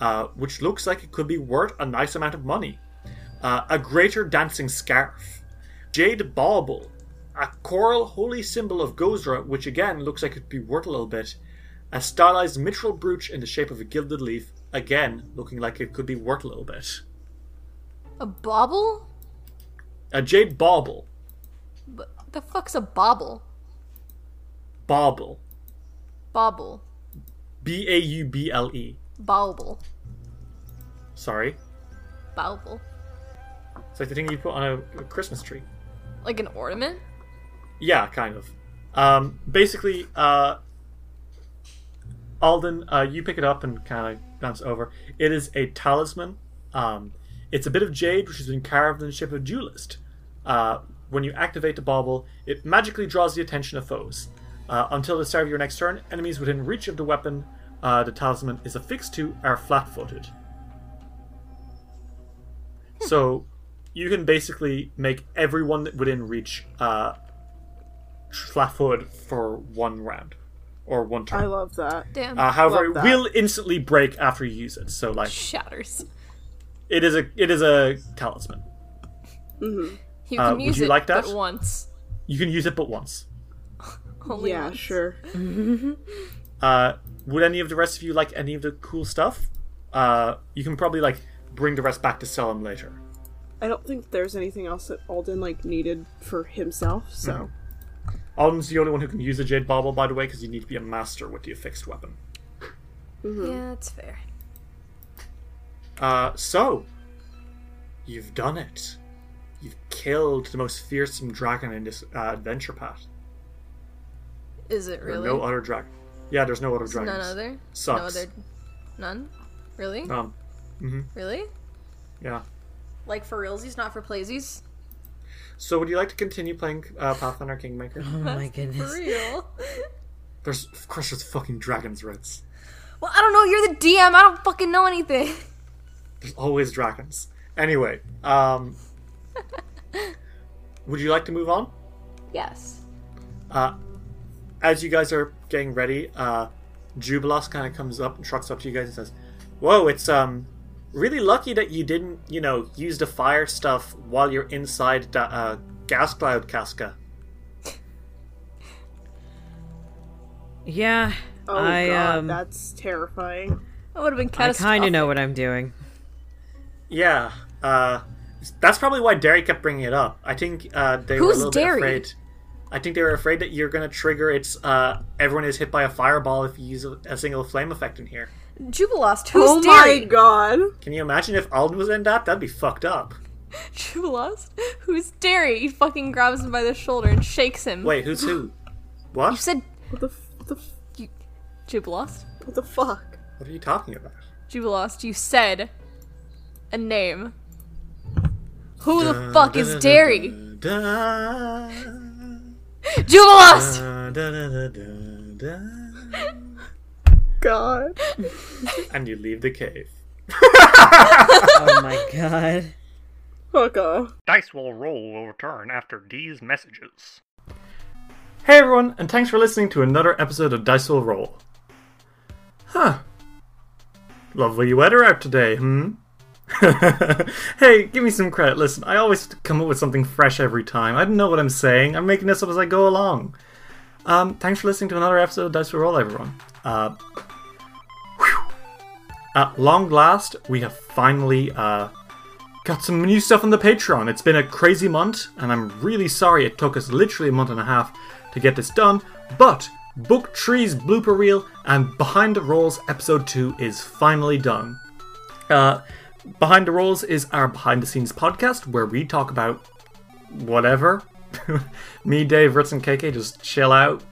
A: uh, which looks like it could be worth a nice amount of money. Uh, a greater dancing scarf, jade bauble, a coral holy symbol of Gozra, which again looks like it'd be worth a little bit. A stylized mithril brooch in the shape of a gilded leaf, again looking like it could be worth a little bit.
B: a bauble?
A: A jade bauble.
B: But the fuck's a bauble?
A: Bauble.
B: Bobble.
A: B A U B L E.
B: Bobble.
A: Sorry.
B: Bobble.
A: It's like the thing you put on a, a Christmas tree.
B: Like an ornament?
A: Yeah, kind of. Um, basically, uh, Alden, uh, you pick it up and kind of glance over. It is a talisman. Um, it's a bit of jade which has been carved in the shape of a duelist. Uh, when you activate the bauble, it magically draws the attention of foes. Uh, until the start of your next turn, enemies within reach of the weapon uh, the talisman is affixed to are flat footed. So you can basically make everyone that within reach uh, flat footed for one round or one turn.
C: I love that.
B: Damn.
A: Uh, however, it
C: Love that.
A: will instantly break after you use it. So like
B: Shatters.
A: it is a it is a talisman.
B: You
A: Uh,
B: can
A: would
B: use
A: you
B: it
A: like that?
B: but once.
A: You can use it but once.
B: Only
C: yeah,
B: once.
C: sure.
A: Uh, would any of the rest of you like any of the cool stuff? Uh, you can probably like bring the rest back to sell them later.
C: I don't think there's anything else that Alden like needed for himself. So
A: Alden's the only one who can use a jade bauble, by the way, because you need to be a master with the affixed weapon.
B: Yeah, that's fair.
A: Uh, so, you've done it. You've killed the most fearsome dragon in this uh, adventure path.
B: Is it
A: There are
B: really?
A: no other dragon. Yeah, there's no other
B: None
A: dragons.
B: other?
A: Sucks.
B: No other none? Really?
A: Um,
B: Really?
A: yeah.
B: Like for realsies, not for playsies?
A: So, would you like to continue playing uh, Pathfinder Kingmaker?
D: Oh my goodness.
B: For real? (laughs)
A: There's, of course, there's fucking dragons, Ritz.
B: well, I don't know, you're the DM, I don't fucking know anything. (laughs)
A: There's always dragons. Anyway, um, would you like to move on?
B: Yes.
A: Uh, as you guys are getting ready, uh, Jubilos kind of comes up and trucks up to you guys and says, "Whoa, it's um, really lucky that you didn't, you know, use the fire stuff while you're inside the uh, gas cloud, Casca."
D: Yeah.
C: oh
D: I
C: god,
D: um
C: that's terrifying.
B: That would have been
D: I
B: catastrophic.
D: kind of know what I'm doing.
A: Yeah, uh, that's probably why Derry kept bringing it up. I think uh, they were a
B: Who's
A: little
B: Derry?
A: bit afraid. I think they were afraid that you're going to trigger its. Uh, everyone is hit by a fireball if you use a, a single flame effect in here.
B: Jubilost, who's
C: oh my
B: dairy?
C: god.
A: Can you imagine if Alden was in that? That'd be fucked up.
B: (laughs) Jubilost, who's dairy? He fucking grabs him by the shoulder and shakes him.
A: Wait, who's
B: (laughs)
A: who? What?
B: You said
C: What the f- what the f-
B: you Jubilost?
C: what the fuck?
A: What are you talking about?
B: Jubilost, you said a name. Who the fuck is Derry?
A: (laughs) Da,
B: Jubilost!
A: da, da, da, da, da.
C: God.
A: And you leave the cave.
D: Oh my god.
C: Fuck off.
F: Dice will roll will return after these messages.
A: Hey everyone, and thanks for listening to another episode of Dice Will Roll. Huh. Lovely weather out today, hmm? (laughs) hey, give me some credit. Listen, I always come up with something fresh every time. I don't know what I'm saying. I'm making this up as I go along. Um, thanks for listening to another episode of Dice Will Roll, everyone. Uh, whew. At long last, we have finally uh, Got some new stuff on the Patreon. It's been a crazy month, and I'm really sorry it took us literally a month and a half to get this done. But Book Tree's blooper reel and Behind the Rolls episode 2 is finally done. Uh, Behind the Rolls is our behind the scenes podcast where we talk about whatever. (laughs) Me, Dave, Ritz, and KK just chill out,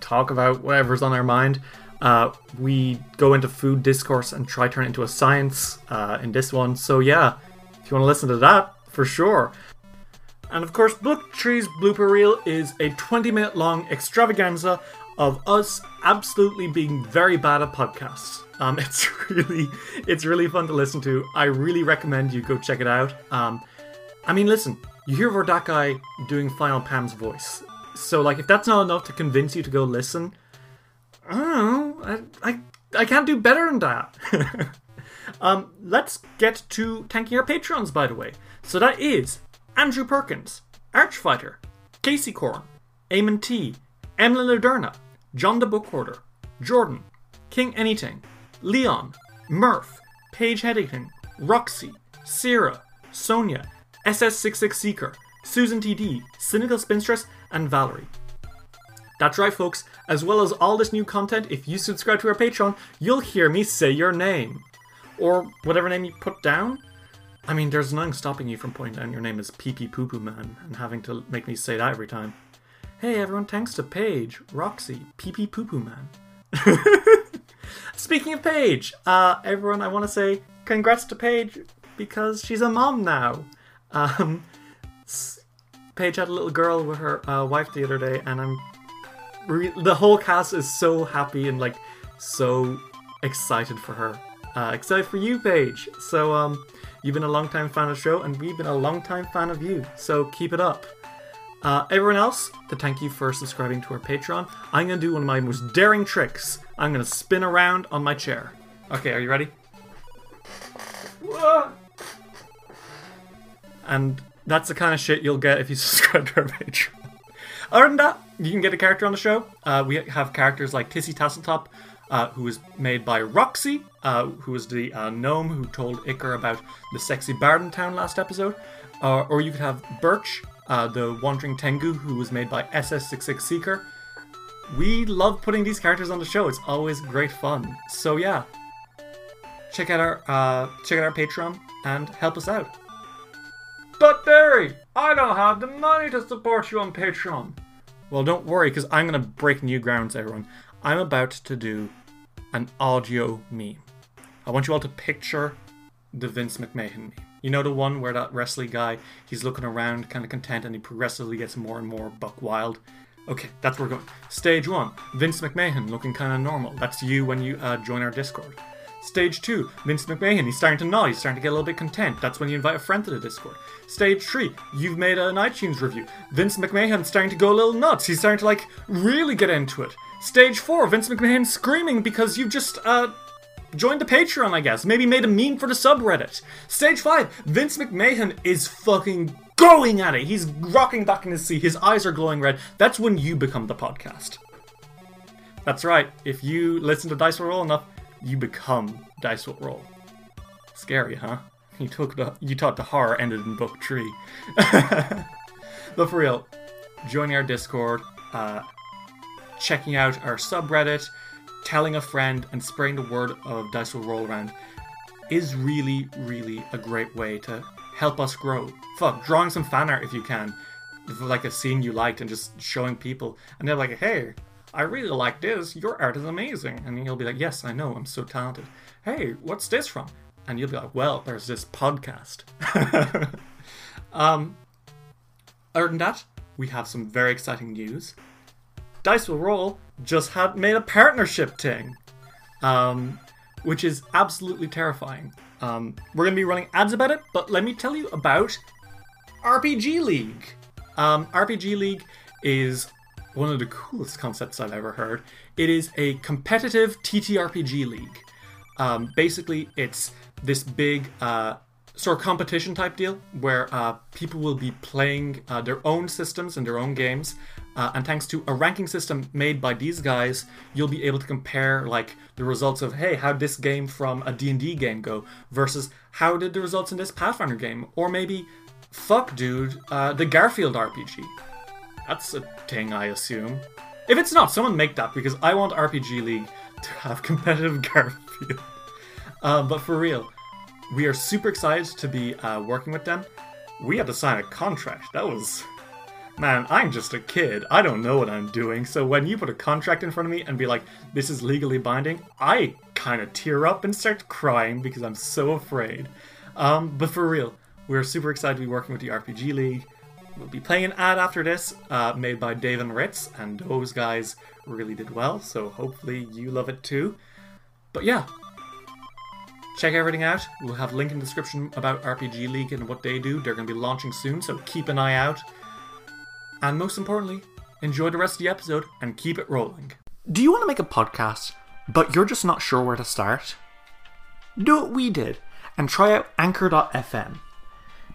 A: talk about whatever's on our mind. Uh, we go into food discourse and try turn it into a science uh, in this one. So yeah, if you want to listen to that, for sure. And of course, Book Tree's blooper reel is a 20 minute long extravaganza of us absolutely being very bad at podcasts. Um, (laughs) it's really, it's really fun to listen to. I really recommend you go check it out. Um, I mean, listen, you hear Vordakai doing Final Pam's voice. So, like, if that's not enough to convince you to go listen, I don't know. I, I, I can't do better than that. (laughs) um, let's get to thanking our patrons, by the way. So that is Andrew Perkins, Archfighter, Casey Corn, Eamon T, Emily Laderna, John the Book Hoarder, Jordan, King Anything, Leon, Murph, Paige Headington, Roxy, Sarah, Sonia, SS66 Seeker, Susan TD, Cynical Spinstress, and Valerie. That's right, folks. As well as all this new content, if you subscribe to our Patreon, you'll hear me say your name. Or whatever name you put down. I mean, there's nothing stopping you from pointing out your name is Pee Pee Poo Poo Man and having to make me say that every time. Hey everyone, thanks to Paige, Roxy, Pee Pee Poo Poo Man. (laughs) Speaking of Paige, uh, everyone, I want to say congrats to Paige because she's a mom now. Um, s- Paige had a little girl with her uh, wife the other day, and I'm re- the whole cast is so happy and like so excited for her. Uh, excited for you, Paige. So um, you've been a long time fan of the show, and we've been a long time fan of you. So keep it up. Uh, everyone else, to thank you for subscribing to our Patreon, I'm going to do one of my most daring tricks. I'm going to spin around on my chair. Okay, are you ready? Whoa! And that's the kind of shit you'll get if you (laughs) subscribe to our Patreon. Other than that, you can get a character on the show. Uh, we have characters like Tissy Tasseltop, uh, who is made by Roxy, uh, who is the uh, gnome who told Icar about the sexy bard in town last episode. Uh, or you could have Birch, uh, the wandering Tengu, who was made by SS66 Seeker. We love putting these characters on the show. It's always great fun. So yeah, check out our uh, check out our Patreon and help us out. But Barry, I don't have the money to support you on Patreon. Well, don't worry, because I'm going to break new grounds, everyone. I'm about to do an audio meme. I want you all to picture the Vince McMahon meme. You know the one where that wrestling guy, he's looking around, kind of content, and he progressively gets more and more buck wild. Okay, that's where we're going. Stage one, Vince McMahon looking kind of normal. That's you when you uh, join our Discord. Stage two, Vince McMahon, he's starting to nod, he's starting to get a little bit content. That's when you invite a friend to the Discord. Stage three, you've made an iTunes review. Vince McMahon's starting to go a little nuts, he's starting to like really get into it. Stage four, Vince McMahon screaming because you've just uh joined the Patreon, I guess. Maybe made a meme for the subreddit. Stage five, Vince McMahon is fucking going at it. He's rocking back in his seat, his eyes are glowing red. That's when you become the podcast. That's right. If you listen to Dice Will Roll enough, you become Dice Will Roll. Scary, huh? (laughs) You took the you taught the horror ended in book three. (laughs) but for real, joining our Discord, uh, checking out our subreddit, telling a friend, and spreading the word of Dice Will Roll around is really, really a great way to help us grow. Fuck, drawing some fan art if you can, of, like a scene you liked, and just showing people, and they're like, "Hey, I really like this. Your art is amazing," and you'll be like, "Yes, I know. I'm so talented." Hey, what's this from? And you'll be like, "Well, there's this podcast." (laughs) um, other than that, we have some very exciting news. Dice Will Roll just had made a partnership thing, um, which is absolutely terrifying. Um, we're going to be running ads about it, but let me tell you about RPG League. Um, RPG League is one of the coolest concepts I've ever heard. It is a competitive TTRPG league. Um, basically, it's this big uh, sort of competition type deal where uh, people will be playing uh, their own systems and their own games. Uh, and thanks to a ranking system made by these guys, you'll be able to compare like the results of hey, how this game from a D&D game go versus how did the results in this Pathfinder game, or maybe fuck dude, uh, the Garfield RPG. That's a thing, I assume. If it's not, someone make that because I want RPG League to have (laughs) competitive Garfield. Uh, but for real, we are super excited to be uh, working with them. We had to sign a contract. That was. Man, I'm just a kid. I don't know what I'm doing. So when you put a contract in front of me and be like, this is legally binding, I kind of tear up and start crying because I'm so afraid. Um, but for real, we're super excited to be working with the RPG League. We'll be playing an ad after this, uh, made by Dave and Ritz, and those guys really did well, so hopefully you love it too. But yeah, check everything out. We'll have a link in the description about RPG League and what they do. They're going to be launching soon, so keep an eye out. And most importantly, enjoy the rest of the episode and keep it rolling. Do you want to make a podcast, but you're just not sure where to start? Do what we did and try out Anchor.fm.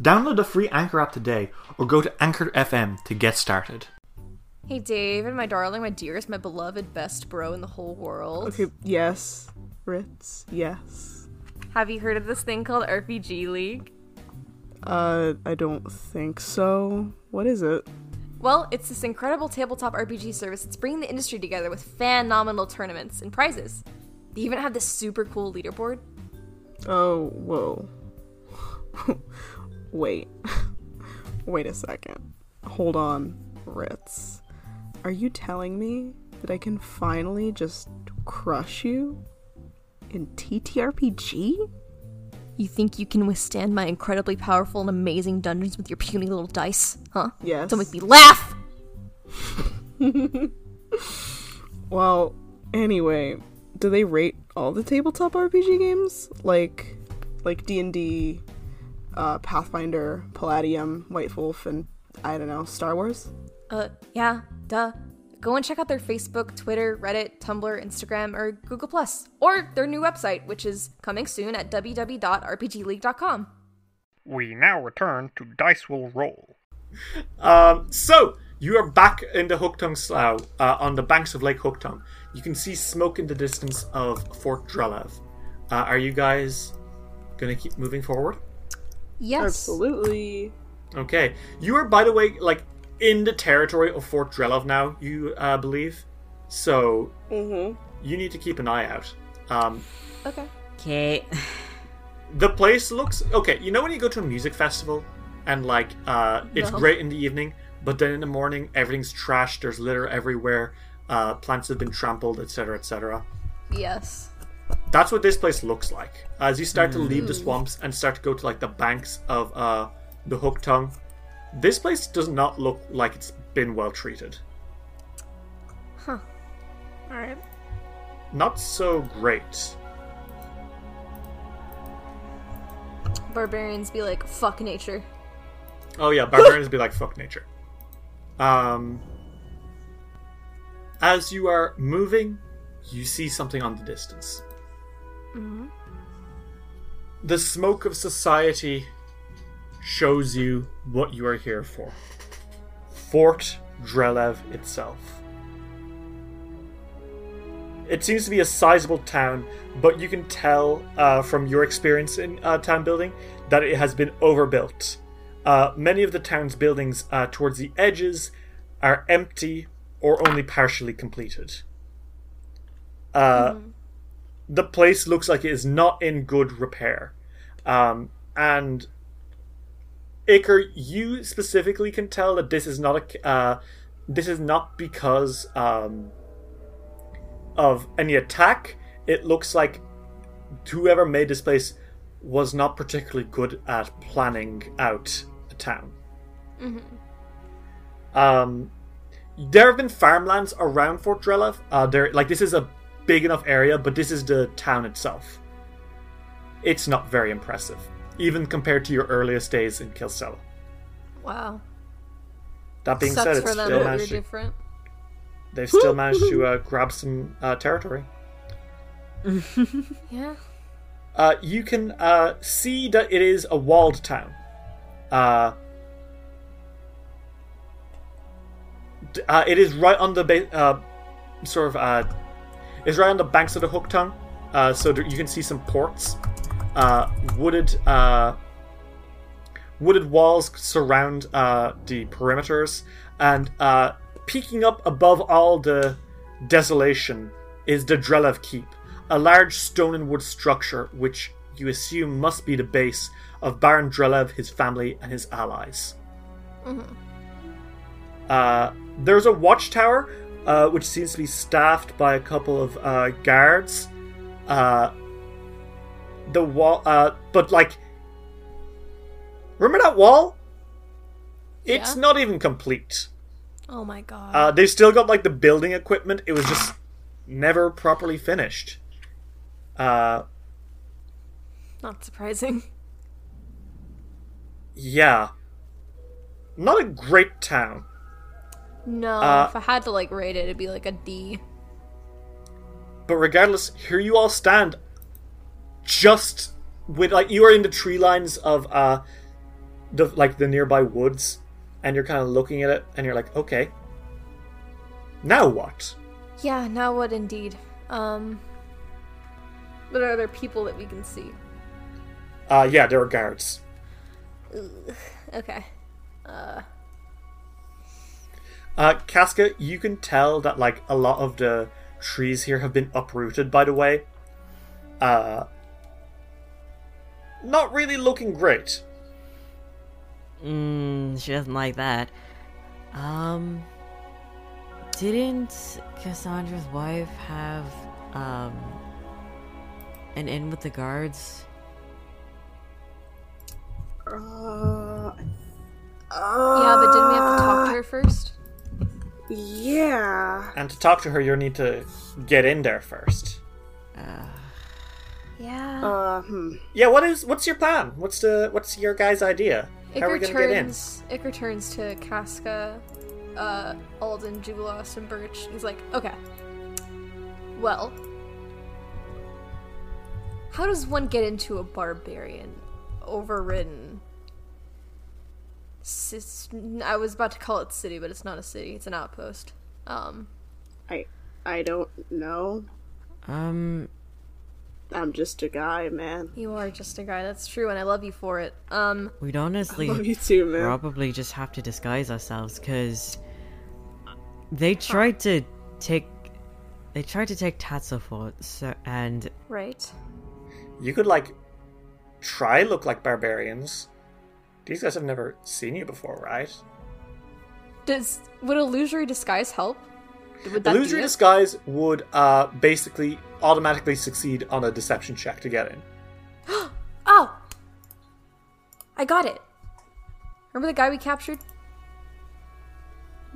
A: Download the free Anchor app today or go to Anchor FM to get started.
B: Hey, David, my darling, my dearest, my beloved best bro in the whole world.
C: Okay, yes. Ritz, yes.
B: Have you heard of this thing called RPG League?
C: Uh, I don't think so. What is it?
B: Well, it's this incredible tabletop RPG service that's bringing the industry together with phenomenal tournaments and prizes. They even have this super cool leaderboard.
C: Oh, whoa. (laughs) Wait. (laughs) Wait a second. Hold on, Ritz. Are you telling me that I can finally just crush you in TTRPG?
B: You think you can withstand my incredibly powerful and amazing dungeons with your puny little dice, huh?
C: Yes.
B: Don't make me laugh!
C: Well, anyway, do they rate all the tabletop RPG games? Like like D&D, uh, Pathfinder, Palladium, White Wolf and I don't know, Star Wars?
B: Uh, yeah, duh. Go and check out their Facebook, Twitter, Reddit, Tumblr, Instagram, or Google Plus, or their new website, which is coming soon at www.rpgleague.com.
F: We now return to Dice Will Roll.
A: Um, so you are back in the Hooktung Slough, uh, on the banks of Lake Hooktung. You can see smoke in the distance of Fort Drelev. Uh, are you guys gonna keep moving forward?
B: Yes.
C: Absolutely.
A: Okay, you are by the way like in the territory of Fort Drelev now. You uh, believe, so
C: Mhm.
A: you need to keep an eye out. Um,
B: Okay.
D: Okay.
A: the place looks okay. You know when you go to a music festival and like uh, it's
B: No.
A: great in the evening, but then in the morning everything's trashed. There's litter everywhere. Uh, plants have been trampled, etc., etc.
B: Yes.
A: That's what this place looks like. As you start to leave the swamps and start to go to like the banks of uh, the Hook Tongue, this place does not look like it's been well treated.
B: Alright.
A: Not so great.
B: Barbarians be like, fuck nature.
A: Oh yeah, barbarians be like fuck nature. Um, as you are moving, you see something on the distance. The smoke of society shows you what you are here for. Fort Drelev itself. It seems to be a sizable town, but you can tell uh, from your experience in uh, town building that it has been overbuilt. Uh, many of the town's buildings uh, towards the edges are empty or only partially completed. Uh, The place looks like it is not in good repair. Um, and Iker, you specifically can tell that this is not a uh, this is not because um, of any attack. It looks like whoever made this place was not particularly good at planning out a town.
B: Mm-hmm.
A: Um, there have been farmlands around Fort Drelev. Uh, there, like this is a big enough area, but this is the town itself. It's not very impressive, even compared to your earliest days in Kilsella.
B: Wow.
A: That being
B: Sucks
A: said, it's
B: for them,
A: still
B: but we're
A: managed to,
B: different.
A: they've still managed
B: (laughs)
A: to uh, grab some uh, territory.
B: Yeah.
A: uh, you can uh, see that it is a walled town. Uh, d- uh, it is right on the ba- uh, sort of uh, it's right on the banks of the Hook Tongue, uh, so that you can see some ports, uh, wooded uh, wooded walls surround uh, the perimeters, and uh, peeking up above all the desolation is the Drelev Keep, a large stone and wood structure which you assume must be the base of Baron Drelev, his family, and his allies. Uh, there's a watchtower uh, which seems to be staffed by a couple of uh, guards. Uh, the wall, uh, but like, remember that wall? It's
B: Yeah.
A: not even complete.
B: Oh my god.
A: Uh, they've still got like the building equipment. It was just never properly finished. Uh,
B: Not surprising. (laughs)
A: yeah, not a great town.
B: No,
A: Uh,
B: if I had to like rate it, it'd be like a D.
A: But regardless, here you all stand. Just with like you are in the tree lines of uh the like the nearby woods, and you're kind of looking at it, and you're like, okay. Now what?
B: Yeah, now what indeed? Um, what are other people that we can see?
A: Uh yeah, there are guards.
B: Okay.
A: Uh Casca, you can tell that like a lot of the trees here have been uprooted by the way. Uh not really looking great.
D: Mm, she doesn't like that. Um, didn't Cassandra's wife have um an in with the guards?
C: Uh,
B: Yeah, but didn't we have to talk to her first?
C: yeah.
A: And to talk to her you'll need to get in there first.
B: Uh,
E: Yeah.
C: Uh, hmm.
A: Yeah, what is what's your plan? What's the what's your guy's idea? How are we
B: Icar
A: gonna get in?
B: turns. Icar turns to Casca, uh, Alden, Jubilos, and Birch. and He's like, okay. Well, how does one get into a barbarian, overridden? Sis- I was about to call it city, but it's not a city. It's an outpost. Um,
C: I, I don't know.
D: Um,
C: I'm just a guy, man.
B: you are just a guy. That's true, and I love you for it. Um,
C: (laughs)
D: we'd honestly
C: Love you too, man.
D: probably just have to disguise ourselves because they tried to take they tried to take Tatsofort, so and
B: right.
A: You could like try look like barbarians. These guys have never seen you before, right?
B: Does would illusory disguise help? Would that
A: Illusory
B: do it?
A: disguise would uh, basically automatically succeed on a deception check to get in.
B: Oh! I got it. Remember the guy we captured?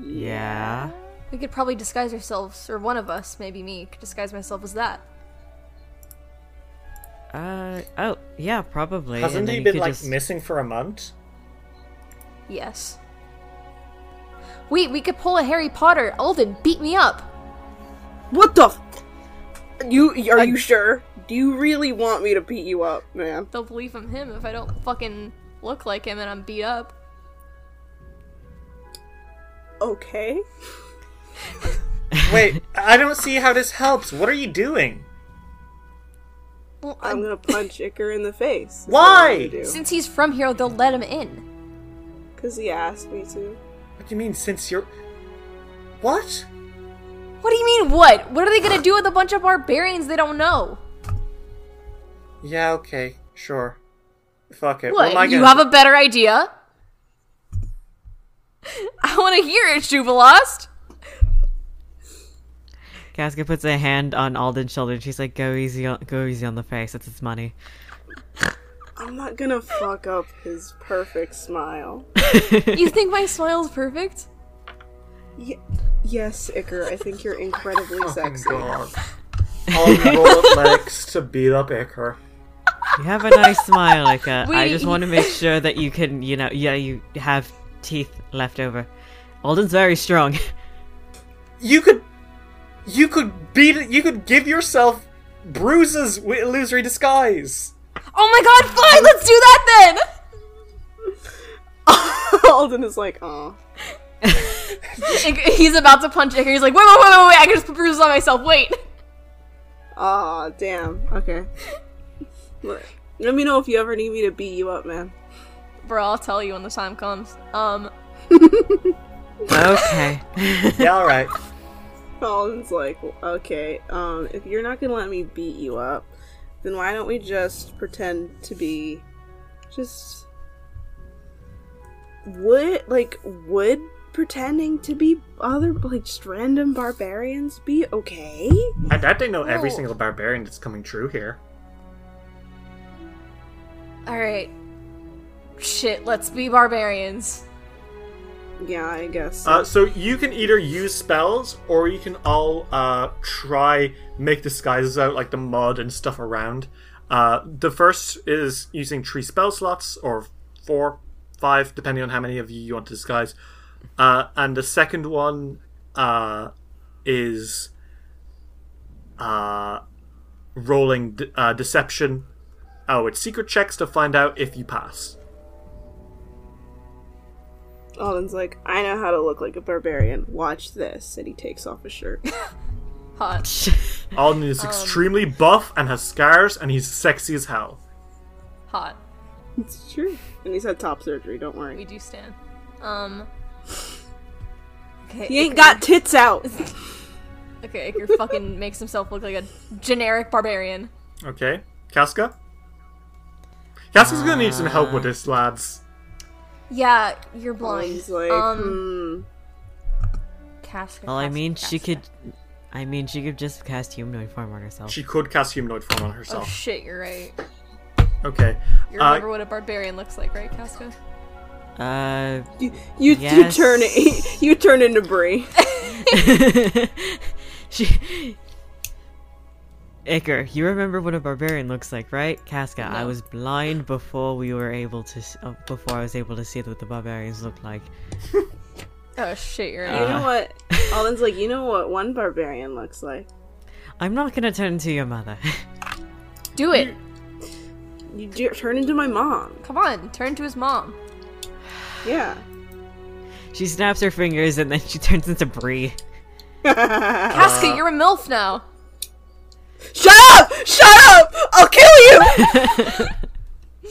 D: yeah,
B: We could probably disguise ourselves, or one of us, maybe me, could disguise myself as that.
D: uh, oh yeah, probably. and
A: Hasn't
D: then
A: he
D: you
A: been
D: could
A: like
D: just-
A: missing for a
D: (laughs)
A: month?
B: Yes. Wait, we could pull a Harry Potter. Alden, beat me up.
C: What the? F- you are you sure? Do you really want me to beat you up, man?
B: They'll believe I'm him if I don't fucking look like him and I'm beat up.
C: Okay.
A: Wait, I don't see how this helps. What are you doing?
B: Well,
C: I'm
B: I'm-
C: gonna punch Icar in the face.
A: Why?
B: since he's from here, they'll let him in.
C: Because he asked me to.
A: What do you mean? Since you're what?
B: What do you mean, what? What are they gonna do with a bunch of barbarians they don't know?
A: Yeah, okay, sure. Fuck it.
B: What?
A: am I
B: you
A: gonna
B: have a better idea? (laughs) I want to hear it, Jubilost.
D: Casca puts a hand on Alden's shoulder. and She's like, "Go easy, on, go easy on the face. It's his money."
C: I'm not gonna fuck up his perfect smile.
B: You think my smile's perfect?
C: Y- yes, Icar, I think
A: (laughs)
C: you're incredibly sexy.
A: Oh, God. On
B: (laughs)
A: both legs to beat up Icar.
D: You have a nice smile, Ika. I just
B: We-
D: want to make sure that you can, you know, yeah, you have teeth left over. Alden's very strong. (laughs)
A: You could, you could beat it. You could give yourself bruises with illusory disguise.
B: Oh my god, fine, let's do that
C: (laughs) Alden is like, oh.
B: then! Ik- he's about to punch Iker. He's like, wait, wait, wait, wait, wait, I can just put bruises on myself, wait!
C: Aw, damn.
A: (laughs)
C: Okay. Look, Let me know if you ever need me to beat you up, man.
B: Bro, I'll tell you when the time comes. Um,
D: okay.
A: Yeah, all (laughs) right.
C: Alden's like, "Well, okay, um, if you're not gonna let me beat you up, then why don't we just pretend to be just would like would pretending to be other like just random barbarians be okay?
A: And that they know every
B: No.
A: single barbarian that's coming through here.
B: alright. Shit, let's be barbarians.
C: Yeah, I guess.
A: Uh, so you can either use spells or you can all uh, try make disguises out like the mud and stuff around. Uh, the first is using three spell slots or four, five, depending on how many of you you want to disguise. Uh, and the second one uh, is uh, rolling de- uh, deception. Oh, it's secret checks to find out if you pass.
C: Alden's like, I know how to look like a barbarian. Watch this. And he takes off his shirt. (laughs)
B: Hot.
A: Alden is extremely buff and has scars, and he's sexy as hell.
B: Hot.
C: it's true. And he's had top surgery, don't
B: We
C: worry.
B: do stand. Um. Okay.
C: He ain't got tits out!
B: Okay, Iker (laughs) fucking makes himself look like a generic barbarian.
A: Okay, Casca. Casca's gonna need some help
B: Uh,
A: with this, lads.
B: Yeah, you're blind.
C: Alden's like,
B: um,
C: hmm.
B: Casca.
D: Well, I
B: Casca,
D: mean, she
B: Casca.
D: could. I mean, she could just cast humanoid form on herself.
A: She could cast humanoid form on
B: Oh
A: herself.
B: shit, you're right.
A: Okay.
B: You
A: Uh,
B: remember what a barbarian looks like, right, Casca?
D: Uh, (laughs)
C: You, you,
D: Yes.
C: you turn it, (laughs) you turn into Bree.
D: she. Iker, you remember what a barbarian looks like, right? Casca, I was blind before we were able to, s- uh, before I was able to see what the barbarians looked like.
B: Oh shit, you're
C: You
B: right.
C: know what? Alden's like, you know what one barbarian looks like?
D: I'm not gonna turn into your mother. (laughs)
B: Do it.
C: You do, turn into my mom.
B: Come on, turn to his mom.
C: Yeah.
D: she snaps her fingers and then she turns into Bree.
B: Casca, you're a milf now.
C: Shut up! Shut up! I'll kill you!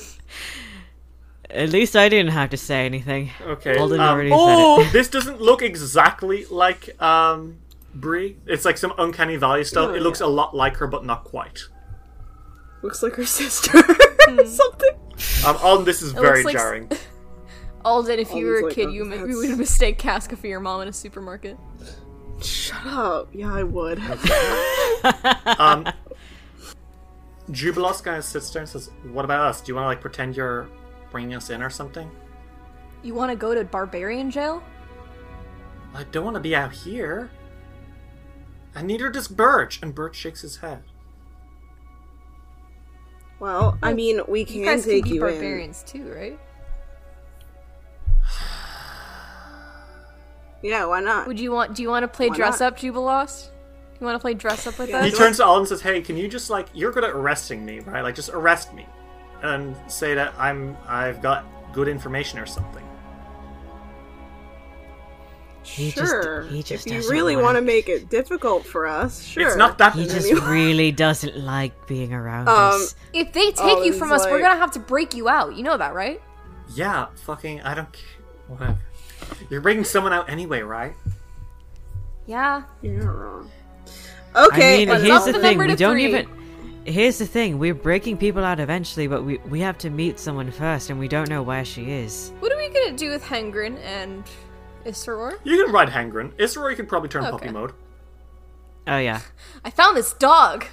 D: At least I didn't have to say anything.
A: okay.
D: Alden
A: um,
D: already
A: oh,
D: said it.
A: this doesn't look exactly like um, Bree. It's like some uncanny valley
B: Oh,
A: stuff. It looks a lot like her, but not quite.
C: Looks like her sister (laughs) or something.
A: Um, Alden, this is very
B: looks like s- (laughs)
A: jarring.
B: Alden, if you were a
C: Alden's like,
B: kid,
C: oh,
B: you, mi-
C: that's-
B: you
C: (laughs)
B: would mistake Casca for your mom in a supermarket.
C: Shut up. Yeah, I would.
A: Um, Jubilos kind of sits there and says, "What about us? Do you want to like pretend you're bringing us in or something?
B: You want to go to barbarian jail?
A: I don't want to be out here." And neither does Birch. And Birch shakes his head.
C: Well, I mean, we
B: You
C: can
B: guys can
C: take
B: be
C: you in.
B: barbarians too, right?
C: Yeah, why not?
B: Would you want? Do you want to play
C: Uh, Why
B: dress
C: not?
B: up, Jubilost? You want to play dress up with
C: Yeah.
A: He
B: us?
C: That's
A: turns to Alden and says, "Hey, can you just like you're good at arresting me, right? Like just arrest me, and say that I'm I've got good information or something."
D: He just-
C: sure.
D: he just
C: if you
D: doesn't
C: really
D: wanna-
C: want to make it difficult for us, sure.
A: It's not that
D: He just
C: Anyway.
D: really doesn't like being around
C: Um,
D: us.
B: If they take you
C: Alden's
B: from us, we're
C: like-
B: gonna have to break you out. You know that, right?
A: Yeah, fucking. I don't. care. Whatever. You're bringing someone out anyway, right?
B: Yeah.
C: You're not wrong. Okay,
D: I mean,
C: let's
D: here's
B: up
D: the
B: the
D: thing.
B: number
D: We
B: to
D: don't
B: three.
D: even. Here's the thing. We're breaking people out eventually, but we we have to meet someone first, and we don't know where she is.
B: What are we gonna do with Hengrin and Isseror?
A: You can ride Hengrin. Isroy could probably turn puppy
B: Okay.
A: mode.
D: Oh yeah.
B: I found this dog.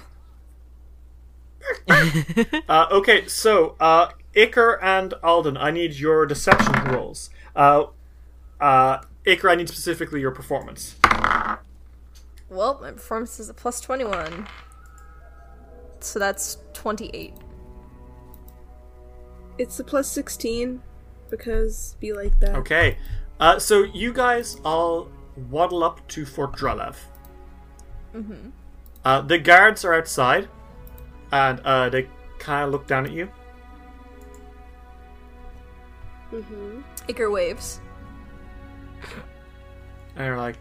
A: Uh, okay, so uh, Iker and Alden, I need your deception rolls. Uh, uh, Iker, I need specifically your performance.
B: Well, my performance is a plus twenty-one, so that's twenty-eight.
C: It's a plus 16 because be like that.
A: Okay, uh, so you guys all waddle up to Fort Drelev. Mm-hmm. Uh, the guards are outside, and uh, they kind of look down at you.
B: Icker waves.
A: And they're like,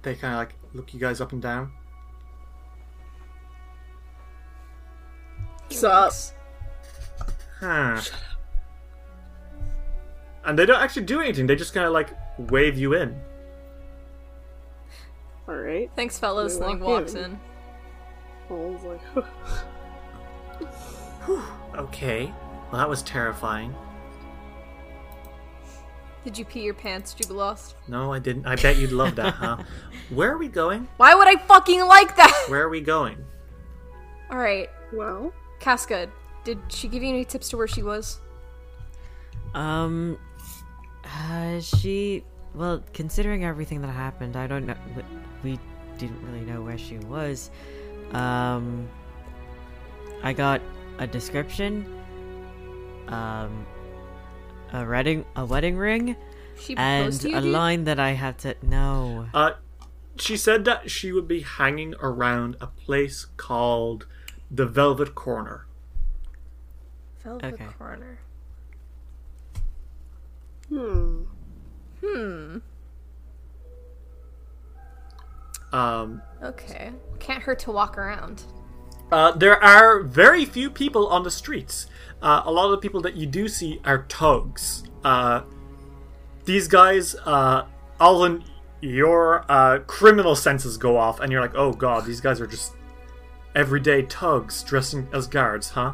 A: they kind of like look you guys up and down.
C: What's up?
A: Huh. And they don't actually do anything. They just kind of like wave you in.
C: Alright.
B: Thanks, fellas.
C: We
B: And then
C: walk
B: walks
C: in.
B: in.
C: Alden's like, (laughs)
A: Okay. Well, that was terrifying.
B: Did you pee your pants, Jubilost?
A: No, I didn't. I bet you'd love that, (laughs) huh? Where are we going?
B: Why would I fucking like that?
A: Where are we going?
B: (laughs) All right,
C: well,
B: Casca. Did she give you any tips to where she was?
D: Um. Uh, she. Well, considering everything that happened, I don't know. we- We didn't really know where she was. Um. I got a description. Um. A wedding. A wedding ring.
B: She proposed
D: And
B: to you.
D: a
B: dude?
D: line that I have to no.
A: Uh, she said that she would be hanging around a place called the Velvet Corner.
B: Velvet
D: Okay.
B: Corner.
C: Hmm.
A: Um,
B: Okay. Can't hurt to walk around.
A: uh, there are very few people on the streets. Uh, a lot of the people that you do see are tugs. Uh, these guys, uh, Alvin, your uh, criminal senses go off, and you're like, oh god, these guys are just everyday tugs dressing as guards, huh?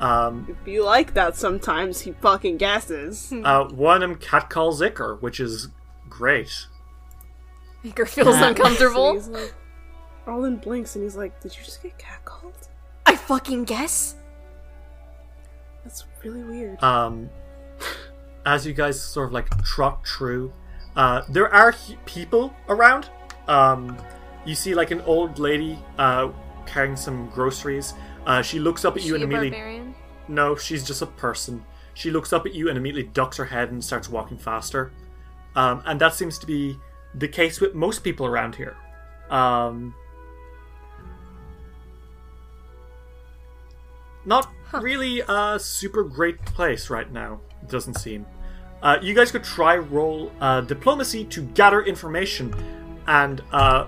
A: Um,
C: Be like that sometimes, he fucking
B: (laughs)
C: guesses.
A: Uh, one of them catcalls Icker, which is great.
B: Make her
D: (laughs)
B: feels uncomfortable. (laughs)
C: he's like, Arlen blinks and he's like, Did you just get catcalled?
B: I fucking guess.
C: That's really weird.
A: Um, as you guys sort of like trot through, uh, there are hu people around. Um, you see like an old lady uh, carrying some groceries. Uh, she looks up at
B: She
A: you and
B: a
A: immediately.
B: barbarian.
A: No, she's just a person. She looks up at you and immediately ducks her head and starts walking faster. Um, and that seems to be the case with most people around here. Um, not really a super great place right now, it doesn't seem. Uh, you guys could try roll uh, diplomacy to gather information and uh,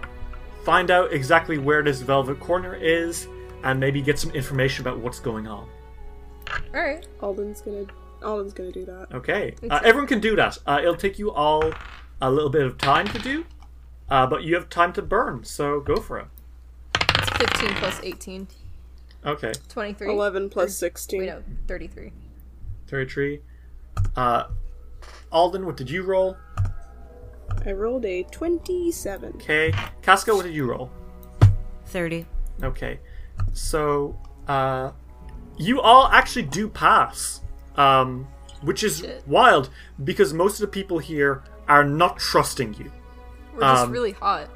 A: find out exactly where this velvet corner is and maybe get some information about what's going on.
B: All right.
C: Alden's gonna Alden's gonna do that.
A: Okay. Uh, everyone can do that. Uh, it'll take you all a little bit of time to do, uh, but you have time to burn, so go for it.
B: It's 15 plus 18.
A: Okay.
B: 23.
C: Eleven plus sixteen.
B: Wait, no, 33.
A: 33. Uh, Alden, what did you roll?
C: I rolled a twenty-seven.
A: Okay. Casca, what did you roll?
D: Thirty.
A: Okay. So, uh, you all actually do pass, um, which is wild because most of the people here are not trusting you.
B: We're just
A: Um,
B: really hot.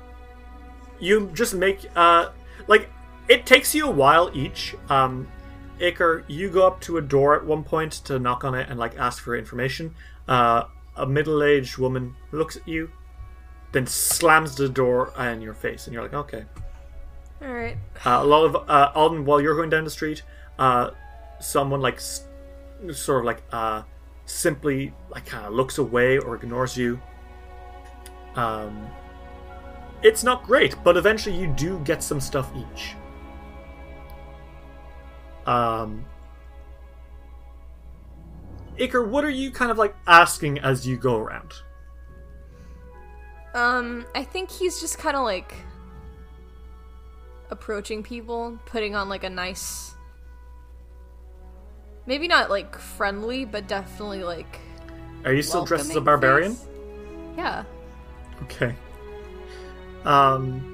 A: you just make uh like it takes you a while each um Iker, you go up to a door at one point to knock on it and like ask for information uh a middle-aged woman looks at you then slams the door in your face and you're like okay
B: All right.
A: uh, a lot of uh, Alden, while you're going down the street, uh, someone like s- sort of like uh, simply like kind of looks away or ignores you. Um, it's not great, but eventually you do get some stuff each. Um, Iker, what are you kind of like asking as you go around?
B: Um, I think he's just kind of like approaching people, putting on like a nice, maybe not like friendly, but definitely like
A: Are you still dressed as a
B: welcoming
A: barbarian?
B: face. Yeah,
A: Okay. Um.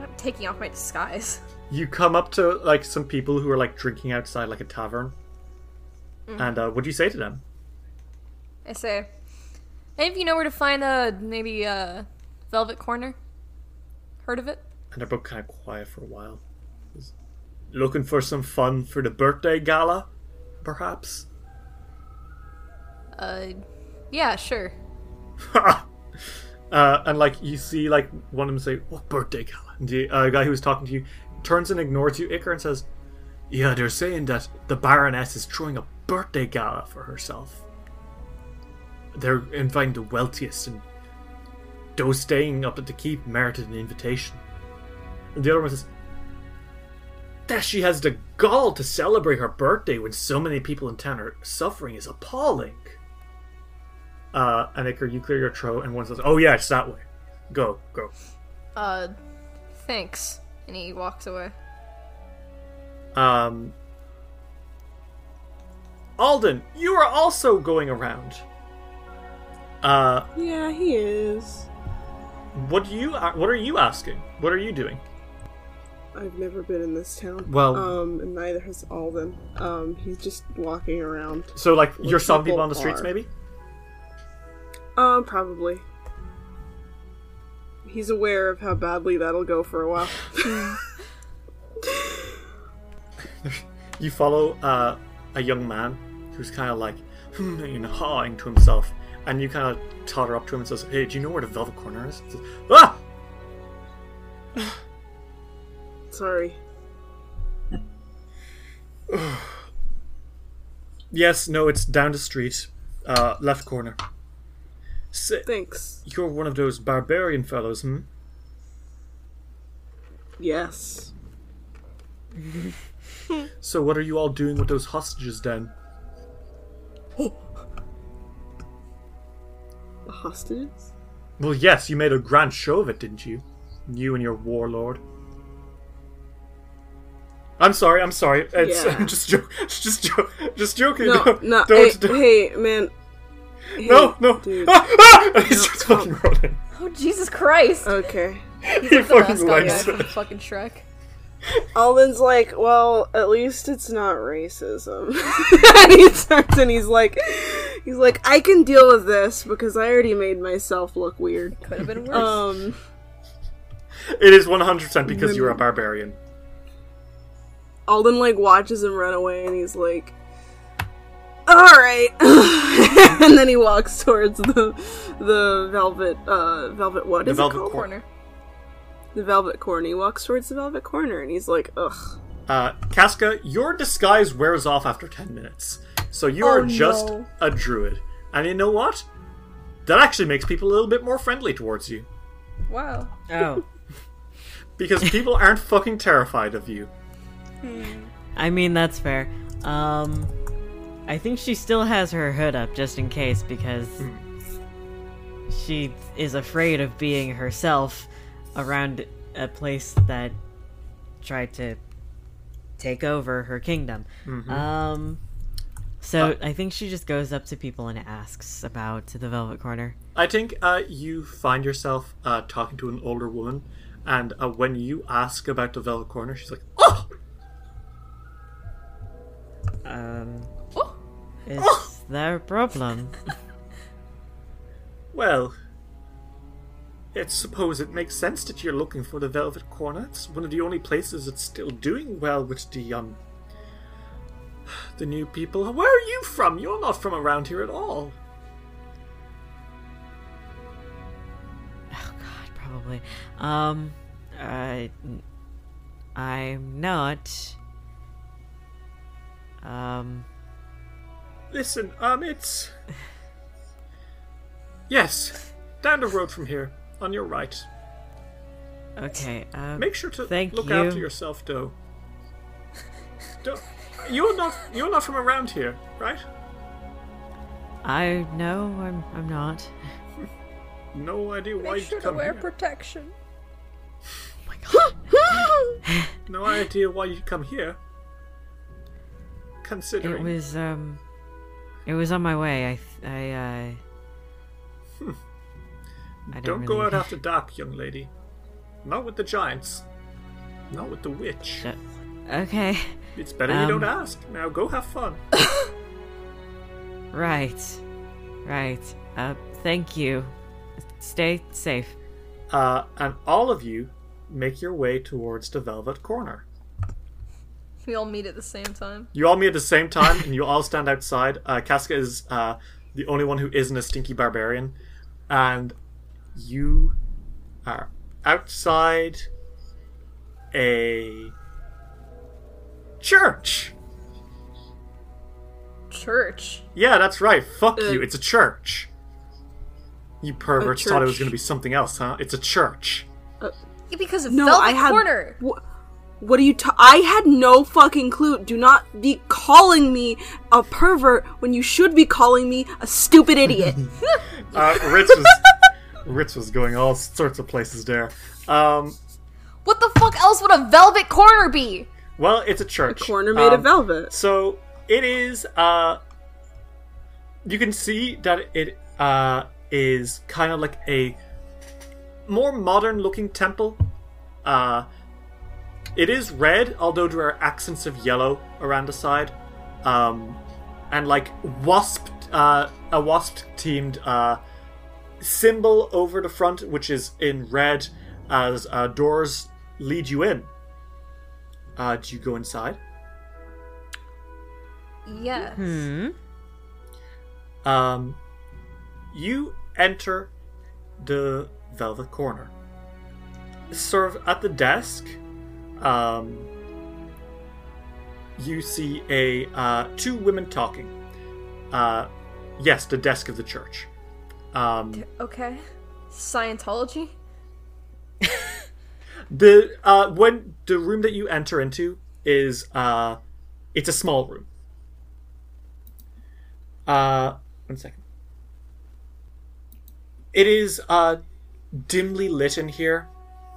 B: I'm taking off my disguise.
A: you come up to like some people who are like drinking outside like a tavern and uh, what do you say to them
B: I say, any of you know where to find uh maybe uh Velvet Corner? Heard of it?
A: and they're both kind of quiet for a while looking for some fun for the birthday gala perhaps
B: Uh, yeah, sure.
A: (laughs) uh, and like you see like one of them say what birthday gala and the uh, guy who was talking to you turns and ignores you Iker and says yeah they're saying that the baroness is throwing a birthday gala for herself they're inviting the wealthiest and those staying up at the keep merited an invitation and the other one says that she has the gall to celebrate her birthday when so many people in town are suffering is appalling uh, and Iker, you clear your throat, and one says, "Oh yeah, it's that way. Go, go."
B: Uh, thanks. And he walks away.
A: Um, Alden, you are also going around. Uh,
C: Yeah, he is.
A: what do you? uh, What are you asking? What are you doing?
C: I've never been in this town.
A: Well-
C: um, and neither has Alden. Um, he's just walking around.
A: So, like, you're stopping
C: people
A: people on the streets,
C: are.
A: maybe?
C: Um, probably. He's aware of how badly that'll go for a while. (laughs)
A: You follow uh, a young man who's kind of like, hmm, and hawing to himself. And you kind of totter up to him and says, Hey, do you know where the Velvet Corner is? He says, ah!
C: Sorry.
A: Yes, no, it's down the street, uh, left corner. S-
C: Thanks.
A: You're one of those barbarian fellows, hmm?
C: Yes.
A: So what are you all doing with those hostages then? (laughs)
C: The hostages?
A: Well, yes, you made a grand show of it, didn't you? You and your warlord. I'm sorry. I'm sorry. It's, (laughs)
C: Yeah.
A: I'm just joking. Just, jo- just joking.
C: No, no.
A: don't,
C: hey,
A: don't-
C: hey, man. Hey,
A: no, no.
C: Dude.
A: (laughs) Ah, ah! And he starts fucking rolling.
B: Oh Jesus Christ!
C: Okay.
A: he fucking (laughs)
B: Mascot guy
A: likes
B: from
A: it.
B: fucking Shrek.
C: Alden's like, well, at least it's not racism. (laughs) and he starts and he's like, he's like, I can deal with this because I already made myself look weird.
B: Could have been worse.
C: Um,
A: It is 100% because you're a barbarian.
C: Alden like watches him run away and he's like, all right. (laughs) and then he walks towards the the velvet uh velvet what
A: The
C: is
A: Velvet
C: it called?
A: Cor-
B: Corner.
C: The velvet corner. He walks towards the velvet corner and he's like, ugh.
A: Uh, Casca, your disguise wears off after 10 minutes. So you are
B: Oh,
A: just
B: no.
A: a druid. And you know what? That actually makes people a little bit more friendly towards you.
B: Wow.
D: Oh.
B: (laughs)
A: Because people aren't fucking terrified of you.
D: I mean, that's fair. Um, I think she still has her hood up just in case because she is afraid of being herself around a place that tried to take over her kingdom. Um, so I think she just goes up to people and asks about the Velvet Corner.
A: I think uh, you find yourself uh, talking to an older woman, and uh, when you ask about the Velvet Corner, she's like, "Oh,
D: Um,
B: Oh.
D: is there a problem?
A: well." I suppose it makes sense that you're looking for the Velvet Corner. It's one of the only places that's still doing well with the um, the new people. Where are you from? You're not from around here at all.
D: Oh God, probably. Um, I, I'm not. Um,
A: Listen, um, it's yes, down the road from here, on your right.
D: okay. Um,
A: Make sure to
D: Thank
A: look
D: you.
A: after yourself, though. Don't- you're not you're not from around here, right?
D: I no, I'm I'm not.
A: No idea why
B: Make
A: you
B: sure to
A: come
B: wear
A: here.
B: protection.
A: no idea why you come here.
D: It
A: Considering
D: was um, it was on my way. I th- I uh. I
A: Hmm. don't
D: really...
A: go out after dark, young lady. Not with the giants. Not with the witch.
D: Shut- (laughs) Okay,
A: It's better you
D: Um,
A: don't ask. Now go have fun.
D: right, right. Uh, thank you. Stay safe.
A: Uh, and all of you make your way towards the Velvet Corner.
B: We all meet at the same time.
A: You all meet at the same time, and you all stand outside. Uh, Casca is uh, the only one who isn't a stinky barbarian, and you are outside a church.
B: Church.
A: Yeah, that's right. Fuck
C: Uh,
A: you. It's a church. You perverts thought it was
C: church.
A: going to be something else, huh? It's a church.
B: Because of
C: No,
B: Velvet
C: I had.
B: Corner.
C: Wha- what are you? Ta- I had no fucking clue. Do not be calling me a pervert when you should be calling me a stupid (laughs) idiot.
A: Uh, Ritz
C: (laughs)
A: was Ritz was going all sorts of places there. Um,
B: What the fuck else would a Velvet Corner be?
A: well, it's a church.
C: Corner made of
A: Um,
C: velvet.
A: So it is. Uh, you can see that it uh, is kind of like a more modern-looking temple. Uh, it is red, although there are accents of yellow around the side, um, and like wasp, uh, a wasp-themed uh, symbol over the front, which is in red, as uh, doors lead you in. Uh, do you go inside?
B: Yes.
D: Hmm.
A: Um, you enter the Velvet Corner. Sort of at the desk, um, you see a uh, two women talking. Uh, yes, the desk of the church. Um,
B: Okay. Scientology?
A: the uh, when the room that you enter into is uh, it's a small room. Uh, one second. It is uh, dimly lit in here,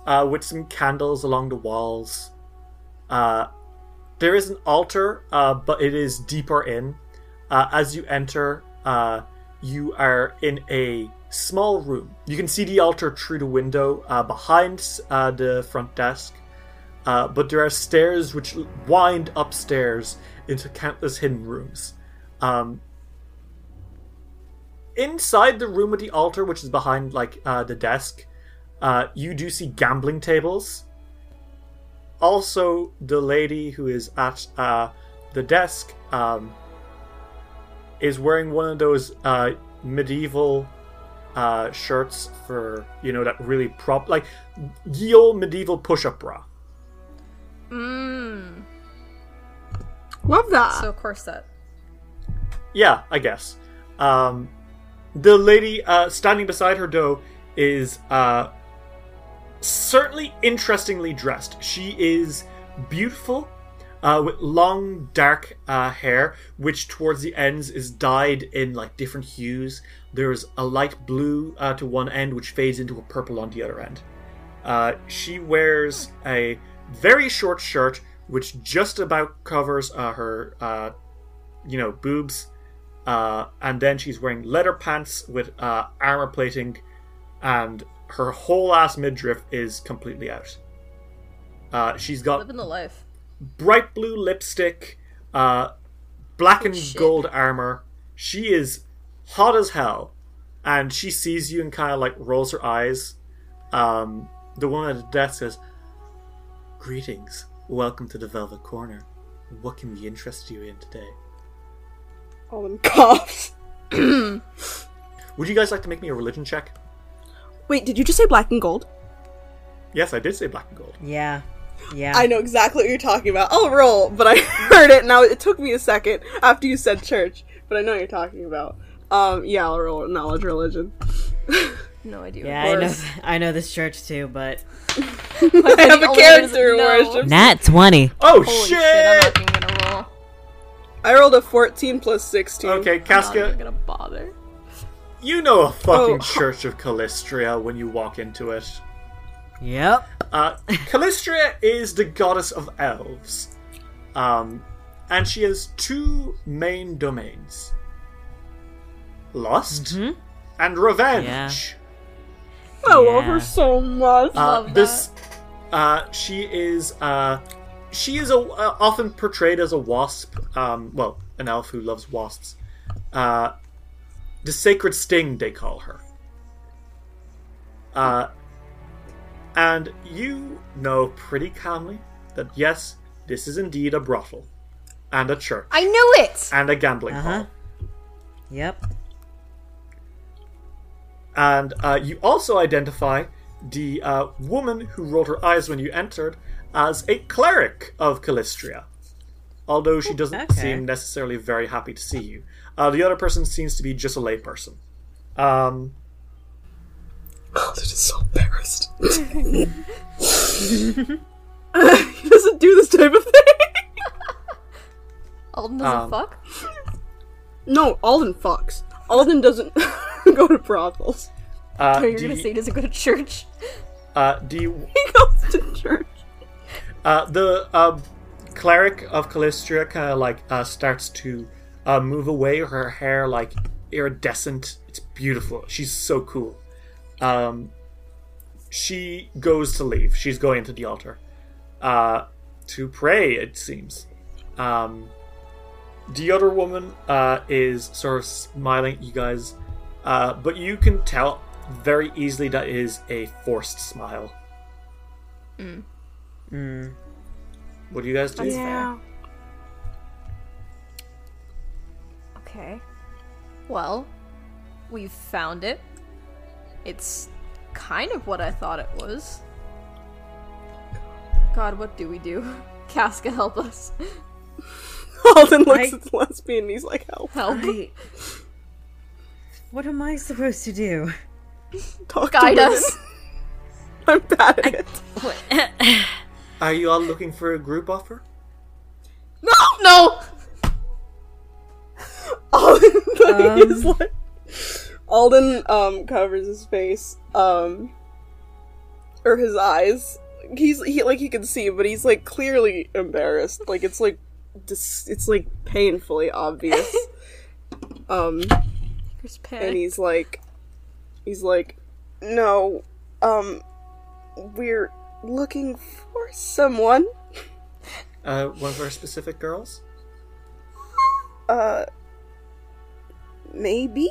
A: uh, with some candles along the walls. Uh, there is an altar, uh, but it is deeper in. Uh, as you enter, uh, you are in a small room. You can see the altar through the window uh, behind uh, the front desk, uh, but there are stairs which wind upstairs into countless hidden rooms. Um, inside the room with the altar, which is behind like uh, the desk, uh, you do see gambling tables. Also, the lady who is at uh, the desk um, is wearing one of those uh, medieval uh, shirts for you know that really prop like ye old medieval push-up bra.
B: Mmm.
C: Love that.
B: So, of course, that.
A: Yeah, I guess. Um, the lady uh, standing beside her, though, is uh, certainly interestingly dressed. She is beautiful, uh, with long dark uh, hair, which towards the ends is dyed in like different hues. There's a light blue uh, to one end, which fades into a purple on the other end. Uh, she wears a very short shirt, which just about covers uh, her, uh, you know, boobs. Uh, and then she's wearing leather pants with uh, armor plating, and her whole ass midriff is completely out. Uh, she's got
B: Living the life.
A: bright blue lipstick, uh, black and
B: shit.
A: gold armor. She is hot as hell, and she sees you and kind of like rolls her eyes. Um, the woman at the desk says, "Greetings, welcome to the Velvet Corner. What can we interest you in today?
C: All them cops.
A: Would you guys like to make me a religion check?"
C: Wait, did you just say black and gold?
A: Yes, I did say black and
B: Mm.
A: gold.
D: Yeah. Yeah.
C: I know exactly what you're talking about. I'll roll, but I (laughs) heard it now. It took me a second after you said church, but I know what you're talking about. Um, yeah, I'll roll knowledge religion.
B: No idea.
D: Yeah, I know. (laughs) I know this church too, but
C: (laughs) I have a
B: only
C: character
B: reason- no.
C: worship.
D: Nat twenty.
A: Oh
B: Holy
A: shit!
B: shit, I'm not even gonna roll.
C: I rolled a 14 plus 16.
A: Okay,
B: I'm not even
A: Casca,
B: gonna bother.
A: you know a fucking
B: (laughs)
C: Oh.
A: Church of Calistria when you walk into it.
D: Yep.
A: Uh, (laughs) Calistria is the goddess of elves. Um, and she has two main domains lust and revenge.
C: I love
D: Yeah.
C: her so much.
A: Uh,
B: Love
A: this, uh, she is, uh, she is a, uh, often portrayed as a wasp. Um, well, an elf who loves wasps. Uh, the sacred sting, they call her. Uh, and you know pretty calmly that yes, this is indeed a brothel, and a church,
B: I knew it!
A: and a gambling
D: Uh-huh.
A: hall.
D: Yep.
A: And uh, you also identify the uh, woman who rolled her eyes when you entered as a cleric of Callistria. Although she doesn't
D: Okay.
A: seem necessarily very happy to see you. Uh, the other person seems to be just a layperson. Um,
C: Oh, they're just so (laughs) embarrassed. he doesn't do this type of thing.
B: Alden doesn't
A: Um,
B: fuck?
C: No, Alden fucks. Alden doesn't (laughs) go to brothels.
A: uh,
B: Or Oh, you're
A: the,
B: gonna say he doesn't go to (laughs) church?
A: uh, the
C: He goes to church.
A: Uh, the uh, cleric of Callistria kind of like uh, starts to uh, move away. Her hair like iridescent. It's beautiful. She's so cool. Um, she goes to leave. She's going to the altar uh, to pray. It seems. Um, the other woman uh, is sort of smiling at you guys, uh, but you can tell very easily that it is a forced smile. What do you guys do?
B: That's fair. Okay. Well, we've found it. It's kind of what I thought it was. God, what do we do? (laughs) Casca, help us.
C: Alden looks at the lesbian and he's like, help.
B: Help.
D: I- What am I supposed to do?
B: (laughs)
C: Talk
B: Guide
C: to women.
B: us. (laughs)
C: I'm bad at it.
A: Are you all looking for a group offer?
B: No! No!
C: Alden, (laughs) he's like, Alden um, covers his face, um, or his eyes. He's he like he can see, but he's like clearly embarrassed. Like it's like dis- it's like painfully obvious. um,
B: There's
C: and
B: panic.
C: he's like, he's like, no, um, we're looking for someone.
A: Uh, one of our specific girls?
C: uh maybe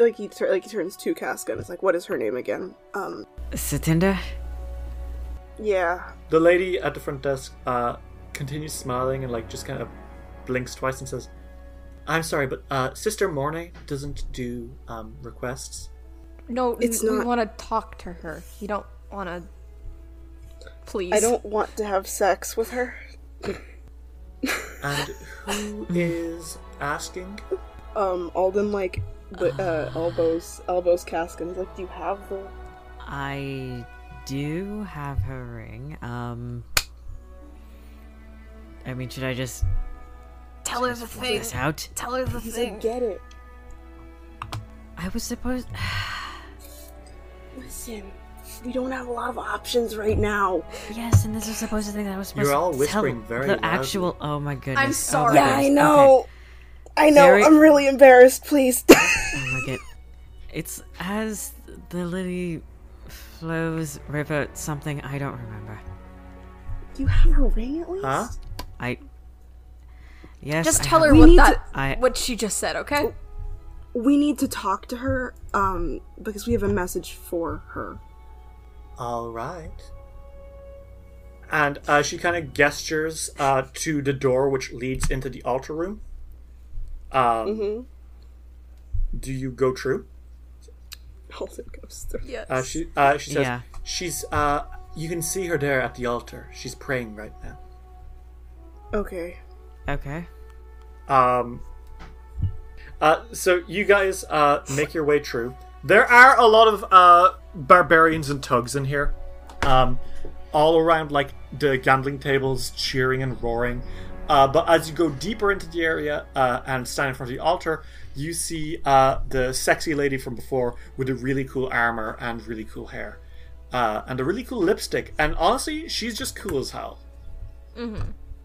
C: like he tur- like he turns to Casca and it's like what is her name again um
D: Satinda?
C: yeah
A: The lady at the front desk uh, continues smiling and like just kind of blinks twice and says, "I'm sorry, but uh, Sister Mornay doesn't do um, requests."
B: No,
C: It's
B: we,
C: not-
B: want to talk to her. You don't want to. Please.
C: I don't want to have sex with her
A: And who is asking?
C: um Alden like (sighs) but uh elbows elbows Casca and he's like do you have the
D: I do have her ring. Um. I mean, should I just
G: Tell her the
D: put
G: thing.
D: this out?
G: Tell her the
C: he's like
G: thing.
C: get it
D: I was supposed. (sighs)
C: listen we don't have a lot of options right now
D: Yes, and this was supposed to think that I was supposed
A: You're all
D: to
A: whispering
D: tell
A: very
D: the
A: loudly.
D: actual. Oh my goodness!
B: sorry.
D: Oh my
C: yeah I
D: goodness.
C: know
D: Okay.
C: I know
D: Very-
C: I'm really embarrassed please (laughs)
D: Oh my god! It's as the lily flows river something I don't remember.
C: do you have her ring at least
A: Huh?
D: I. Yes.
B: Just
D: I
B: tell
D: have-
B: her
C: We
B: what
C: need
B: that.
D: to- I-
B: What she just said,
C: Oh,
B: okay?
C: we need to talk to her um because we have a message for her (laughs)
A: All right. And uh, she kind of gestures uh, to the door which leads into the altar room. Um, Do you go through?
C: Alden goes through
B: Yes.
A: Uh, she uh, she says
D: Yeah.
A: she's. Uh, you can see her there at the altar. She's praying right now.
C: okay
D: Okay.
A: Um, uh, so you guys uh, make your way through. There are a lot of uh, barbarians and tugs in here, um, all around like the gambling tables, cheering and roaring. Uh, but as you go deeper into the area uh, and stand in front of the altar, you see uh, the sexy lady from before with the really cool armor and really cool hair, uh, and a really cool lipstick. And honestly, she's just cool as hell.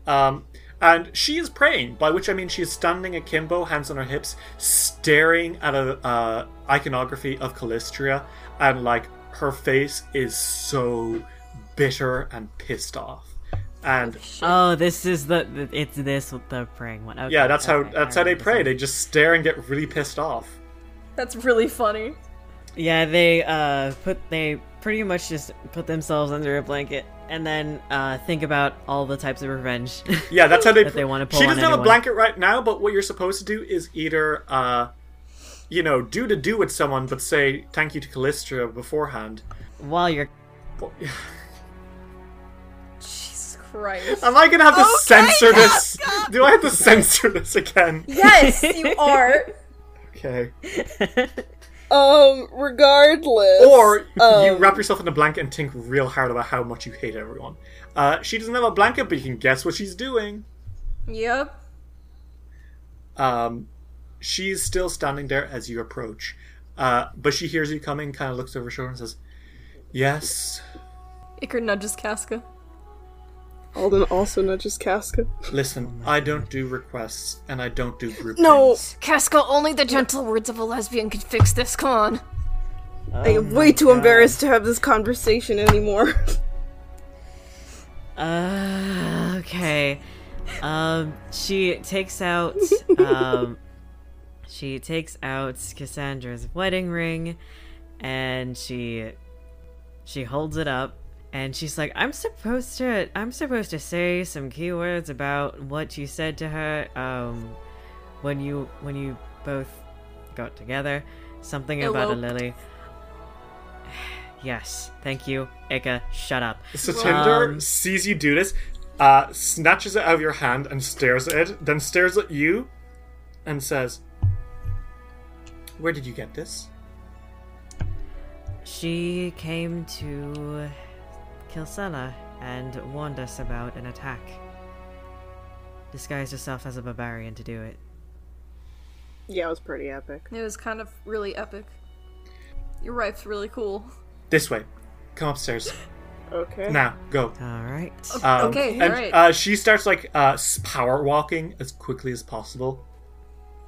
A: Um, and she is praying, by which I mean she is standing akimbo, hands on her hips, staring at a uh, iconography of Callistria, and like her face is so bitter and pissed off. And
D: Oh, this is the it's this with the praying one. Okay,
A: yeah, that's how
D: okay,
A: that's how they
D: alright,
A: pray.
D: this
A: They just stare and get really pissed off.
B: That's really funny.
D: one. Yeah, they uh put they pretty much just put themselves under a blanket and then uh think about all the types of revenge. (laughs)
A: Yeah, that's how they.
D: That they wanna pull
A: she
D: on
A: doesn't have a
D: anyone.
A: blanket right now, but what you're supposed to do is either, uh, you know, do to do with someone, but say thank you to Callistra beforehand.
D: While you're
B: Jesus Christ.
A: Am I gonna have to censor this? Do I have to censor this again?
B: yes,
C: (laughs)
B: you are.
A: Okay.
C: Um, regardless.
A: Or you
C: um,
A: wrap yourself in a blanket and think real hard about how much you hate everyone. Uh, she doesn't have a blanket, but you can guess what she's doing.
B: Yep.
A: Um, she's still standing there as you approach, uh, but she hears you coming, kind of looks over her shoulder and says, "Yes,
B: Iker nudges Casca.
C: Alden also nudges Casca.
A: listen, I don't do requests and I don't do group
C: No,
A: things."
G: Casca, only the gentle words of a lesbian could fix this. Come on.
C: I am
D: Oh
C: way too embarrassed to have this conversation anymore. (laughs)
D: uh okay. Um she takes out um she takes out Cassandra's wedding ring and she she holds it up and she's like i'm supposed to i'm supposed to say some keywords about what you said to her um when you when you both got together. Something about a
B: Elope.
D: lily. (sighs) Yes, thank you, Ika. Shut up. Um,
A: So Tinder sees you do this, uh, snatches it out of your hand and stares at it, then stares at you and says, Where did you get this?
D: She came to Kilsella and warned us about an attack. Disguised herself as a barbarian to do it.
C: Yeah, it was pretty epic.
B: It was kind of really epic. Your wife's really cool.
A: This way. Come upstairs.
C: Okay.
A: Now, go.
D: All right.
A: Um,
B: okay,
A: and,
B: alright.
A: Uh, she starts like uh, s- power walking as quickly as possible.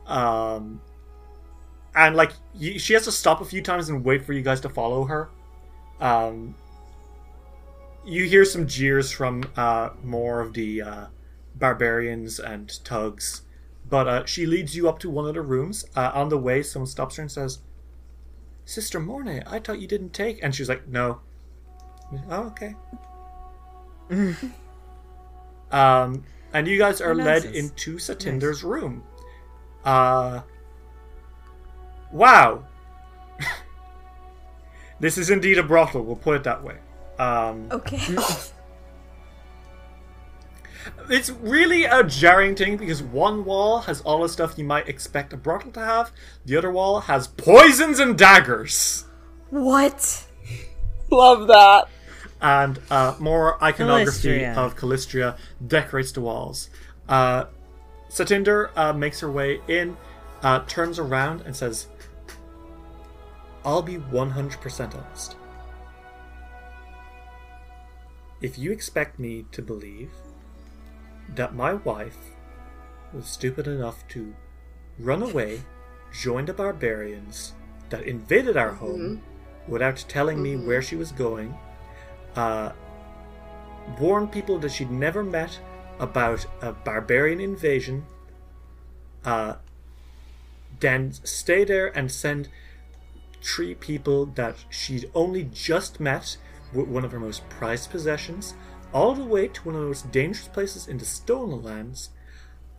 A: Um, and like y- she has to stop a few times and wait for you guys to follow her. Um, you hear some jeers from uh, more of the uh, barbarians and tugs, but uh, she leads you up to one of the rooms. Uh, on the way, someone stops her and says, "Sister Mornay, I thought you didn't take." And she's like, "No." Oh, okay. (laughs) Um, and you guys are led
D: nonsense.
A: into Satinder's room. Uh, wow. (laughs) this is indeed a brothel, we'll put it that way. Um,
B: Okay.
A: It's really a jarring thing because one wall has all the stuff you might expect a brothel to have, the other wall has poisons and daggers.
B: what?
C: (laughs) Love that.
A: and uh, more iconography
D: Calistria.
A: of Callistria decorates the walls. Uh, Satinder uh, makes her way in, uh, turns around, and says, I'll be 100% honest. If you expect me to believe that my wife was stupid enough to run away, join the barbarians that invaded our home without telling me where she was going, uh, warn people that she'd never met about a barbarian invasion, uh, then stay there and send three people that she'd only just met with one of her most prized possessions all the way to one of the most dangerous places in the Stolen Lands.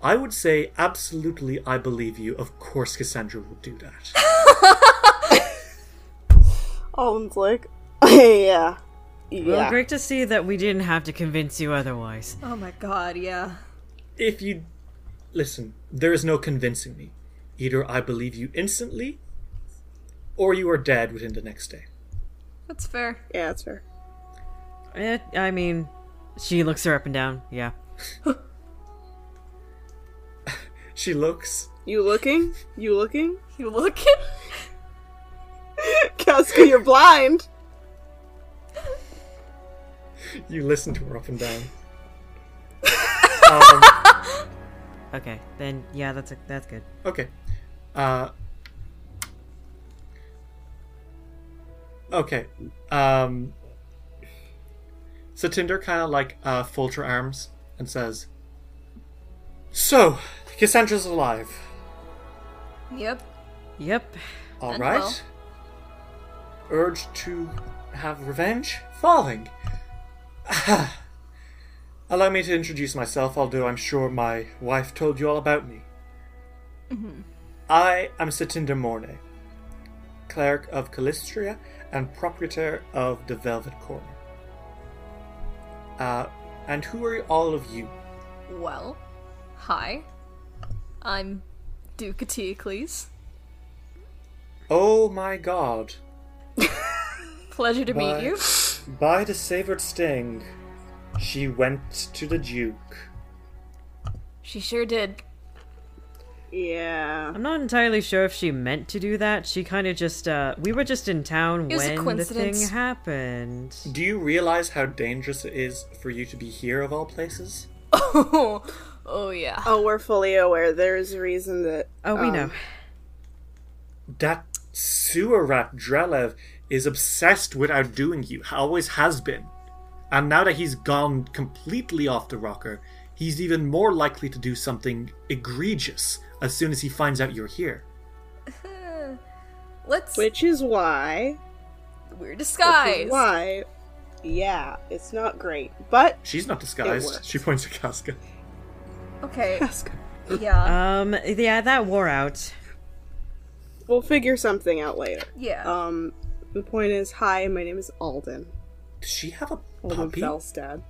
A: I would say absolutely I believe you. Of course Cassandra would do that.
C: Alden's like, (laughs) yeah,
D: Well,
C: yeah.
D: great to see that we didn't have to convince you otherwise.
B: Oh my god, yeah.
A: if you listen, there is no convincing me. Either I believe you instantly, or you are dead within the next day.
B: That's fair.
C: Yeah, that's fair.
D: Eh, I mean, she looks her up and down. Yeah.
A: She looks.
C: You looking? You looking? (laughs)
B: You look.
C: Casca, you're blind.
A: You listen to her up and down.
D: Okay. Then yeah, that's a, that's good.
A: Okay. Uh. Okay. Um. So Tinder kind of like uh, folds her arms and says, "So, Cassandra's alive.
B: yep.
D: Yep.
A: All
B: And
A: right.
B: well.
A: Urge to have revenge? Falling. (sighs) Allow me to introduce myself, although I'm sure my wife told you all about me.
B: Mm-hmm.
A: I am Satinder Mornay, cleric of Callistria and proprietor of the Velvet Corner. Uh, and who are all of you?
B: Well, hi. I'm Duke Eteocles.
A: Oh my god.
B: Pleasure to meet you.
A: By the savored sting, she went to the Duke.
B: She sure did. (laughs)
C: Yeah.
D: I'm not entirely sure if she meant to do that. She kind of just uh we were just in town
B: It was a
D: when the thing
B: coincidence.
D: happened.
A: Do you realize how dangerous it is for you to be here of all places?
B: Oh, oh yeah.
C: Oh, we're fully aware. There's a reason that.
D: Oh, we
C: um,
D: know.
A: That sewer rat Drelev is obsessed with outdoing you, always has been. And now that he's gone completely off the rocker, he's even more likely to do something egregious as soon as he finds out you're here.
B: Let's.
C: Which is why.
B: We're
C: which
B: disguised.
C: is why. Yeah, it's not great, but
A: She's not
C: It
A: disguised.
C: works.
A: She points at Casca.
B: Okay.
C: Casca.
D: Uh,
B: Yeah.
D: Um yeah, that wore out.
C: We'll figure something out later.
B: Yeah.
C: Um, the point is, hi, my name is Alden.
A: Does she have a
C: Alden
A: puppy?
C: Felstad.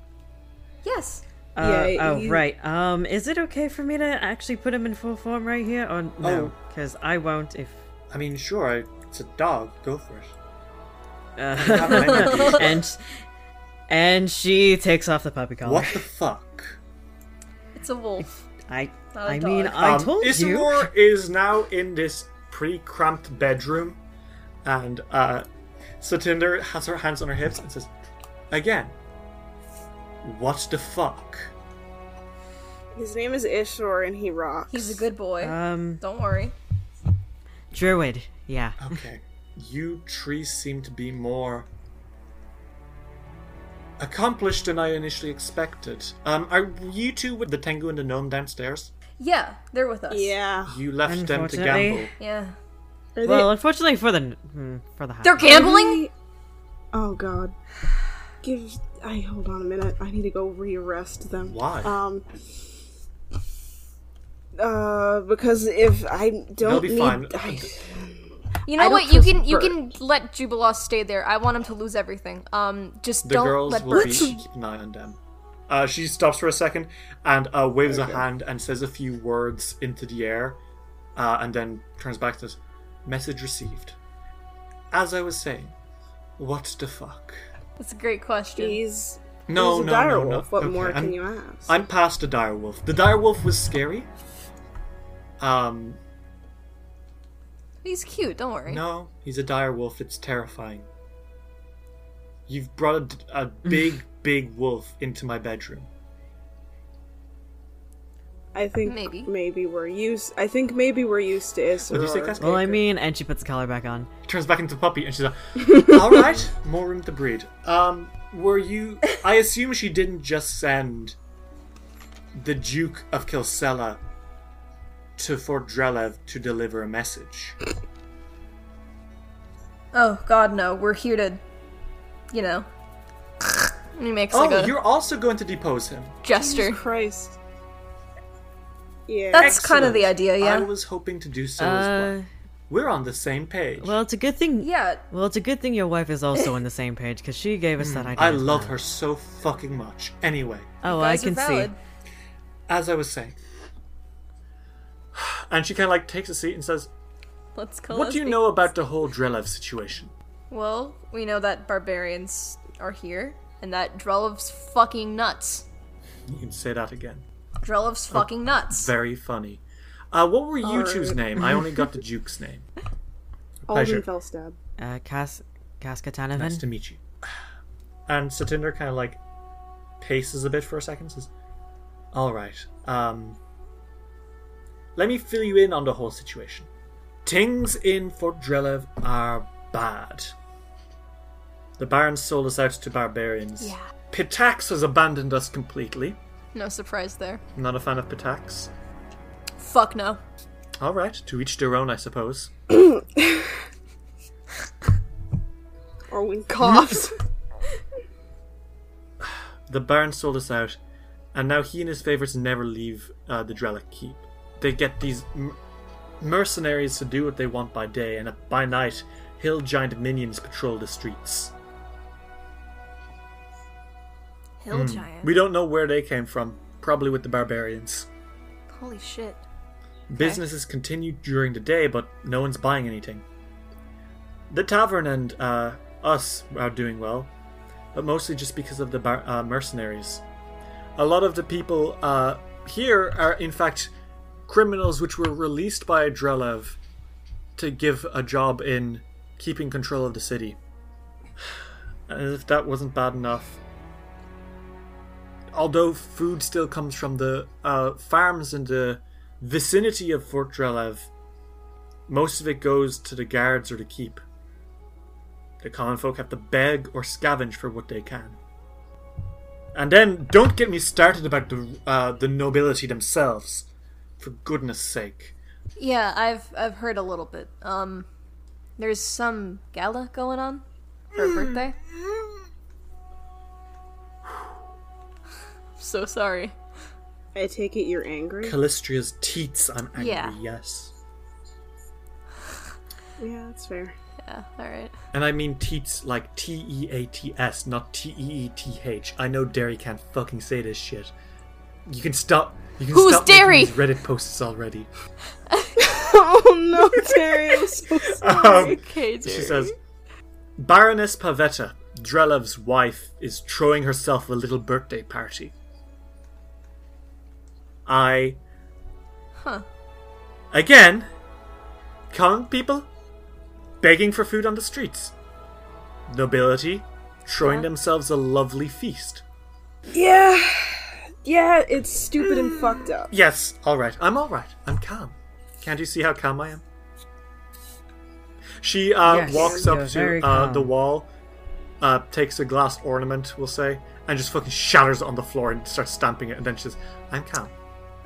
B: yes.
D: Uh,
C: Yeah,
D: oh
C: you-
D: right. Um, is it okay for me to actually put him in full form right here, or
A: Oh.
D: no? Because I won't if.
A: I mean, sure, I, it's a dog. Go for it. have an
D: Uh,
A: idea.
D: (laughs) and and she takes off the puppy collar.
A: What the fuck?
B: It's a wolf.
D: I
B: Not a
D: I mean
B: dog.
D: I
A: Um,
D: told you.
A: Isamore is now in this pretty cramped bedroom, and uh, Satinder has her hands on her hips and says, "Again, what the
D: (laughs)
A: fuck?"
C: His name is Ishor, and he rocks.
B: He's a good boy.
D: Um,
B: Don't worry.
D: druid. Yeah.
A: Okay, you trees seem to be more accomplished than I initially expected. Um, are you two with the Tengu and the gnome downstairs?
B: Yeah, they're with us.
C: Yeah.
A: You left them to
D: Unfortunately.
A: gamble.
B: Yeah.
C: Are they-
D: Well, unfortunately for the hmm, for the house.
B: They're gambling?
C: Oh god. Give I hold on a minute. I need to go re-arrest them.
A: Why?
C: Um uh because if I don't
A: They'll be
C: need
A: fine.
C: I,
B: You
C: I
B: know
C: don't
B: what? You can you
C: prefer-
B: can let Jubiloss stay there. I want him to lose everything. Um, just
A: The
B: don't
A: girls
B: let
A: will be
B: Birch.
A: keep an eye on them. Uh, she stops for a second and uh, waves a hand and says a few words into the air, uh, and then turns back to us. Message received. As I was saying, what the fuck?
B: That's a great question.
C: he's
A: No,
C: he's a
A: no,
C: dire
A: no, no.
C: wolf. What
A: Okay,
C: more
A: I'm-
C: can you ask?
A: I'm past the dire wolf. The dire wolf was scary. Um,
B: He's cute. Don't worry.
A: no, he's a dire wolf. It's terrifying. You've brought a, a
B: (laughs)
A: big, big wolf into my bedroom.
C: I think
B: Maybe.
C: maybe we're used I think maybe we're used to Isor.
A: Would you say that's
D: Well, I mean, and she puts the collar back on.
A: turns back into a puppy and she's like,
B: (laughs)
A: "All right, more room to breed." Um, were you? I assume she didn't just send the Duke of Kilsella to Fort Drelev to deliver a message.
B: Oh God, no. We're here to, you know. And He makes like
A: oh,
B: a
A: you're also going to depose him.
B: gesture.
C: Christ. Yeah.
B: That's kind of the idea. Yeah.
A: I was hoping to do so as
D: Uh,
A: well. We're on the same page.
D: well, it's a good thing.
B: (laughs) yeah.
D: Well, it's a good thing your wife is
A: (laughs)
D: also on the same page because she gave us that idea.
A: Hmm. I
D: as
A: love
D: well.
A: her so fucking much. Anyway,
D: Oh, I
B: guys are
D: can see.
B: valid.
A: as I was saying, (sighs) and she kind of like takes a seat and says,
B: Let's call.
A: "What do you know about the whole Drelev situation?"
B: Well, we know that barbarians are here, and that Drelev's fucking nuts.
A: You can say that again.
B: Drelev's
A: Oh,
B: fucking nuts.
A: Very funny. Uh, what were you two's
C: Alright.
A: name? I only got the Duke's name. pleasure.
C: Alden Felstab.
D: Uh, Cas
A: Nice
D: Cascatanovan.
A: to meet you. And Satinder kind of like paces a bit for a second. Says, "All right, um, let me fill you in on the whole situation. Things in Fort Drelev are bad. The Baron sold us out to barbarians.
B: Yeah.
A: Pitax has abandoned us completely.
B: No surprise there.
A: Not a fan of Pitax.
B: Fuck no.
A: All right, to each their own, I suppose."
C: Orwin (laughs) coughs.
A: The Baron sold us out, and now he and his favorites never leave uh, the Drellic Keep. They get these m- mercenaries to do what they want by day, and by night, hill giant minions patrol the streets.
B: Hill giant.
A: Hmm. We don't know where they came from, probably with the barbarians.
B: Holy shit.
A: Businesses continue during the day, but no one's buying anything. The tavern and uh, us are doing well, but mostly just because of the bar- uh, mercenaries. A lot of the people uh, here are, in fact, criminals which were released by Drelev to give a job in keeping control of the city. (sighs) And if that wasn't bad enough, although food still comes from the uh, farms in the vicinity of Fort Drelev, most of it goes to the guards or the keep. The common folk have to beg or scavenge for what they can. And then don't get me started about the uh, the nobility themselves. For goodness sake.
B: Yeah, I've I've heard a little bit. Um, there's some gala going on for a birthday. (sighs) so sorry.
C: I take it you're angry.
A: Calistria's teats, I'm angry,
B: Yeah.
A: yes.
C: Yeah, that's fair. (laughs)
B: Yeah, alright.
A: And I mean teats like T E A T S, not T E E T H. I know Derry can't fucking say this shit. You can stop. You can
B: Who's
A: stop making
B: Derry?
A: These Reddit posts already.
C: oh no, Terry, I'm so sorry.
A: Um,
B: Okay,
A: she
B: Jerry.
A: says, Baroness Pavetta, Drelev's wife, is throwing herself a little birthday party. I.
B: Huh.
A: Again, common people begging for food on the streets. Nobility throwing themselves a lovely feast.
C: Yeah, yeah, it's stupid and fucked up.
A: Yes, alright. I'm alright. I'm calm. Can't you see how calm I am? She uh,
D: Yes,
A: walks
D: you're
A: up
D: very
A: to uh,
D: calm.
A: the wall, uh, takes a glass ornament, we'll say, and just fucking shatters it on the floor and starts stamping it, and then she says, I'm calm.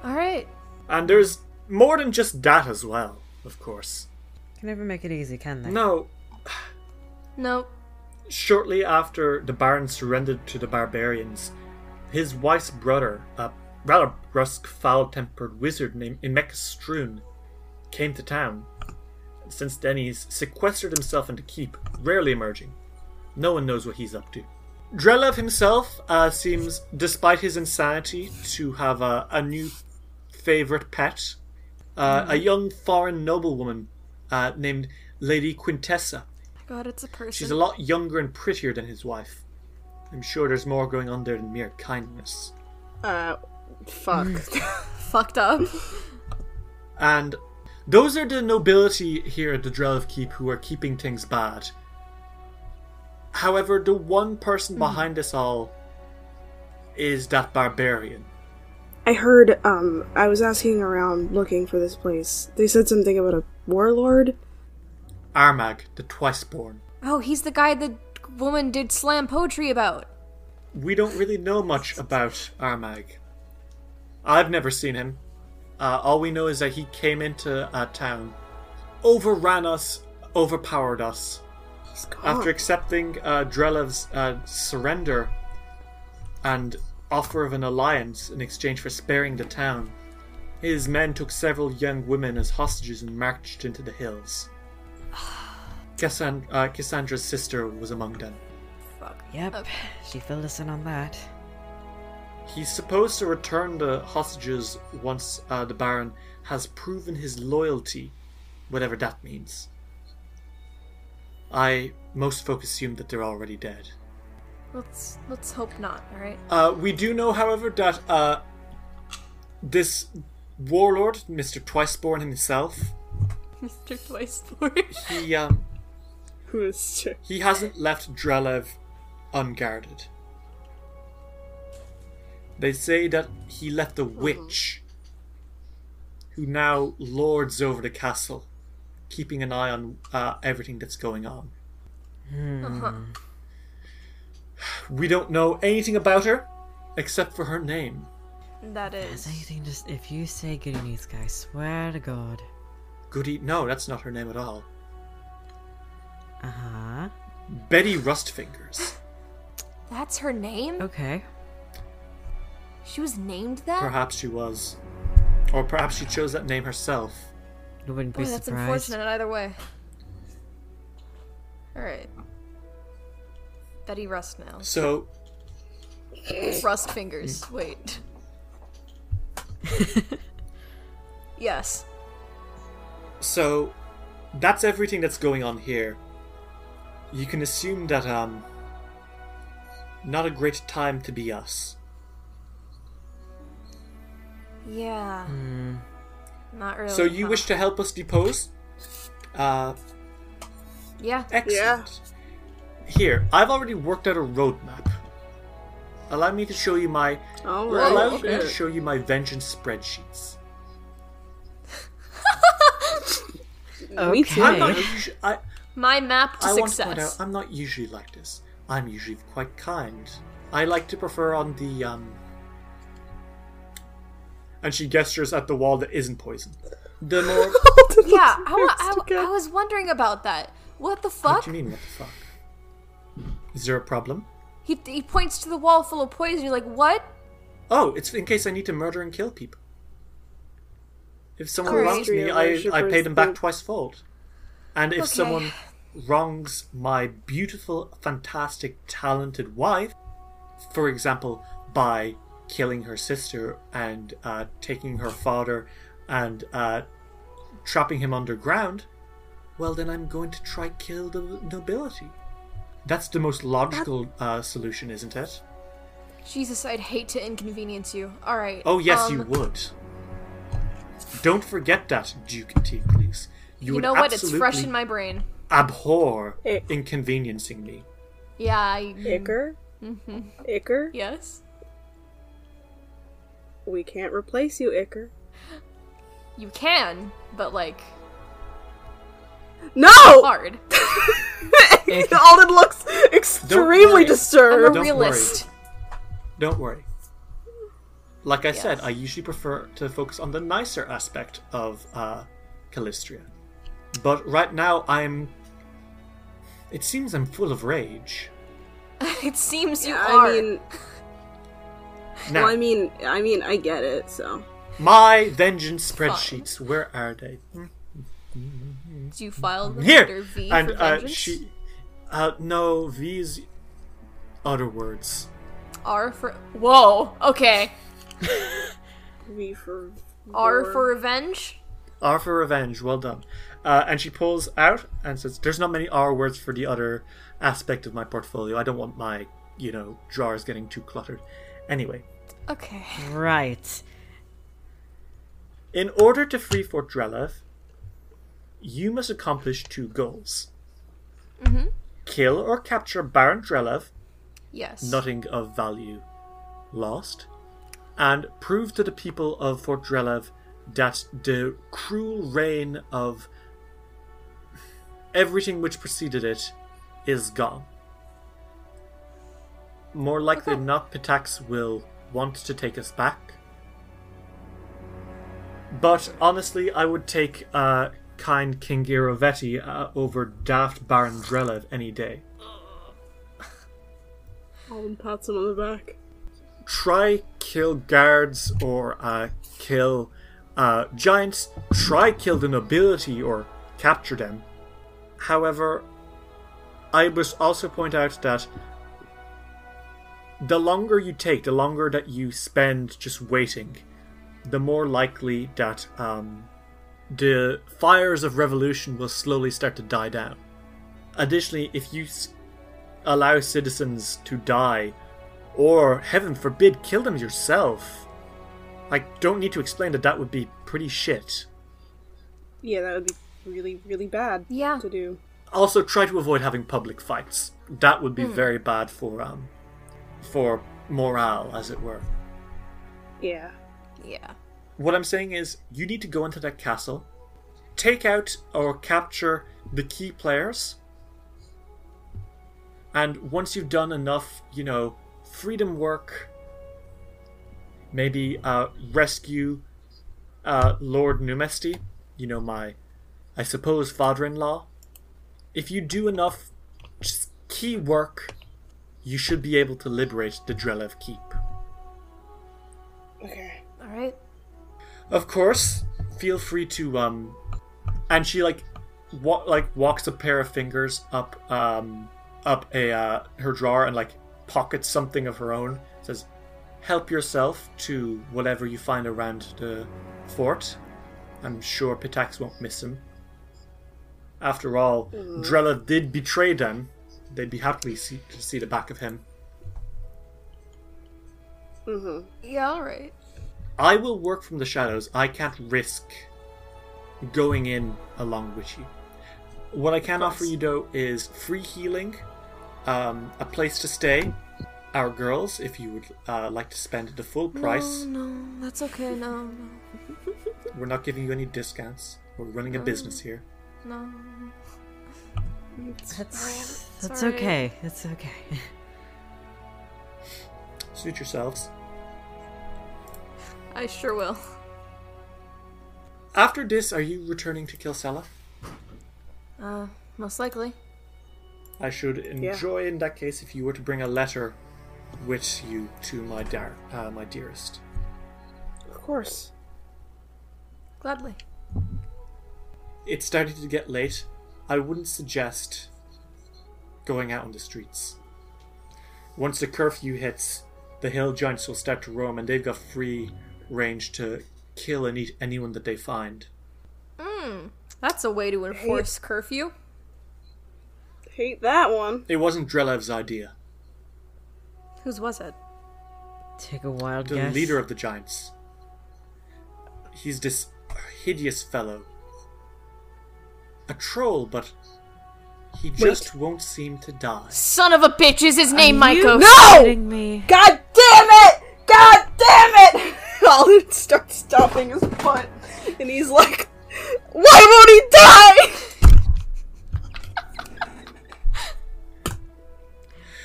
B: Alright.
A: And there's more than just that as well, of course.
D: Can never make it easy, can they?
A: No,
B: Nope.
A: shortly after the Baron surrendered to the barbarians, his wife's brother, a rather brusque, foul tempered wizard named Imeka Stroon, came to town. Since then, he's sequestered himself in the keep, rarely emerging. No one knows what he's up to. Drelev himself uh, seems, despite his insanity, to have a, a new favorite pet uh, a young foreign noblewoman uh, named Lady Quintessa.
B: God, it's a person.
A: She's a lot younger and prettier than his wife. I'm sure there's more going on there than mere kindness.
C: Uh,
B: (laughs)
C: fuck.
A: Mm.
B: Fucked up.
A: And those are the nobility here at the Drelv Keep who are keeping things bad. However, the one person behind us all is that barbarian.
C: (laughs) I heard, um, I was asking around looking for this place. They said something about a warlord.
A: Armag, the Twiceborn.
B: (laughs) Oh, he's the guy the woman did slam poetry about.
A: We don't really know much about Armag. I've never seen him. Uh, all we know is that he came into uh, town, overran us, overpowered us,
C: He's gone.
A: After accepting uh, Drelev's uh, surrender and offer of an alliance in exchange for sparing the town, his men took several young women as hostages and marched into the hills. Cassan- uh, Cassandra's sister was among them.
D: Yep. She filled us in on that.
A: He's supposed to return the hostages once uh, the Baron has proven his loyalty, whatever that means. I, most folk assume that they're already dead.
B: Let's let's hope not, alright? (laughs)
A: Uh, we do know, however, that uh, this warlord, Mister Twiceborn himself,
B: Mr. Twiceborn.
A: he um,
C: (laughs) Who is Ter-
A: he hasn't left Drelev unguarded. They say that he left a witch, who now lords over the castle, keeping an eye on uh, everything that's going on.
B: Uh-huh.
D: Hmm.
A: We don't know anything about her, except for her name,
B: That is
D: Is anything just if you say good news, guys, swear to God.
A: Goody. No, that's not her name at all.
D: Uh huh.
A: Betty Rustfingers.
B: That's her name?
A: Oh.
D: Okay.
B: She was named that?
A: Perhaps she was. Or perhaps she chose that name herself.
D: You wouldn't
B: Boy,
D: be
B: Oh, that's
D: surprised.
B: unfortunate either way. Alright. Betty
A: (laughs)
B: Rust now.
A: So,
B: Rust fingers.
A: (laughs)
B: Wait. yes.
A: so that's everything that's going on here. You can assume that um not a great time to be us.
B: Yeah.
A: Hmm.
B: Not really.
A: So you
B: huh?
A: wish to help us depose? Uh
B: Yeah.
A: excellent. Here, I've already worked out a roadmap. Allow me to show you my
C: Oh,
A: Well, allow
C: right.
A: me to show you my vengeance spreadsheets.
D: Okay.
A: I'm
B: (laughs)
A: not usually, I,
B: My map to
A: I want to point out,
B: success.
A: I'm not usually like this. I'm usually quite kind. I like to prefer on the um. And she gestures at the wall that isn't poison. The
B: (laughs)
A: more. what (laughs)
B: yeah, I, wa- I, wa- I was wondering about that. What the fuck?
A: do you mean? What the fuck? Is there a problem?
B: He, he points to the wall full of poison. You're like, what?
A: Oh, it's in case I need to murder and kill people. If someone
B: Alright.
A: wrongs me,
C: Austria
A: I, I
C: worshippers
A: pay them back
C: group.
A: twice fold. And if someone wrongs my beautiful, fantastic, talented wife, for example, by killing her sister and uh, taking her father and uh, trapping him underground, well, then I'm going to try kill the nobility. That's the most logical uh, solution, isn't it?
B: Jesus, I'd hate to inconvenience you. All right.
A: Oh, yes,
B: um,
A: you would. Don't forget that, Duke T, please. You,
B: You
A: would
B: know what? It's fresh
A: absolutely
B: in my brain.
A: abhor
C: It-
A: inconveniencing me.
B: Yeah. I,
C: Icker? Icker?
B: Yes.
C: We can't replace you, Icker.
B: You can, but like
A: Oh,
C: No!
B: hard.
C: (laughs) Alden looks
A: worry.
C: extremely
B: I'm a
C: disturbed.
A: Don't
B: realist. (laughs)
A: Don't worry. Like I said, I usually prefer to focus on the nicer aspect of uh, Callistria. But right now, I'm. It seems I'm full of rage.
B: it seems you are.
C: I mean,
A: Now,
C: well, I mean, I mean, I get it. So
A: my vengeance spreadsheets, where are they?
B: Do you file them under
A: Here!
B: V
A: and
B: for
A: uh,
B: vengeance?
A: she. Uh, no, V's other words.
B: R for whoa. Okay.
C: V for
B: R for revenge.
A: R for revenge. Well done. Uh, and she pulls out and says, "There's not many R words for the other aspect of my portfolio. I don't want my, you know, jars getting too cluttered." Anyway,
B: Okay.
D: Right.
A: in order to free Fort Drelev, you must accomplish two goals:
B: Mm-hmm.
A: kill or capture Baron Drelev,
B: Yes.
A: nothing of value lost, and prove to the people of Fort Drelev that the cruel reign of everything which preceded it is gone. More likely than not, Pitax will want to take us back. But honestly, I would take uh, kind King Girovetti uh, over daft Baron Drelev any day.
C: Alden pats him on the back.
A: try kill guards or uh, kill uh, giants. Try kill the nobility or capture them. However, I must also point out that the longer you take, the longer that you spend just waiting, the more likely that um, the fires of revolution will slowly start to die down. Additionally, if you s- allow citizens to die or, heaven forbid, kill them yourself. I don't need to explain that that would be pretty shit.
C: Yeah, that would be really, really bad.
B: Yeah.
C: To do.
A: Also, try to avoid having public fights. That would be very bad for um, for morale, as it were.
C: Yeah.
B: Yeah.
A: What I'm saying is, you need to go into that castle, take out or capture the key players, and once you've done enough, you know, freedom work, maybe uh, rescue uh, Lord Numesti, you know, my, I suppose, father in law. If you do enough just key work, you should be able to liberate the Drelev Keep.
C: Okay.
B: All right.
A: Of course, feel free to um and she like wa- like walks a pair of fingers up um up a uh, her drawer and like pockets something of her own. Says, "Help yourself to whatever you find around the fort. I'm sure Pitax won't miss him. After all, Drella did betray them. They'd be happily see- to see the back of him."
B: Yeah. All right.
A: I will work from the shadows. I can't risk going in along with you. What I can offer you though is free healing, um, a place to stay, our girls, if you would uh, like to spend the full price.
B: No, that's okay. No,
A: We're not giving you any discounts. We're running a business here.
B: no,
D: That's, that's
B: alright.
D: okay. It's okay. (laughs)
A: Suit yourselves.
B: no. I sure will.
A: After this, are you returning to Kilsella?
B: Uh, most likely.
A: I should enjoy in that case if you were to bring a letter with you to my dar- uh, my dearest.
C: Of course.
B: Gladly.
A: It's starting to get late. I wouldn't suggest going out on the streets. Once the curfew hits, the hill giants will start to roam, and they've got free range to kill and eat anyone that they find.
B: Hmm. That's a way to enforce curfew.
C: Hate that one.
A: It wasn't Drelev's idea.
B: Whose was it?
D: Take a wild
A: the
D: guess.
A: leader of the giants. He's this hideous fellow. A troll, but he just won't seem to die.
G: Son of a bitch is
B: Uh,
G: his name, Mycos.
D: Kidding me?
C: God damn it! God damn it! (laughs) Alden starts stomping his butt, and he's like, "Why won't he die?"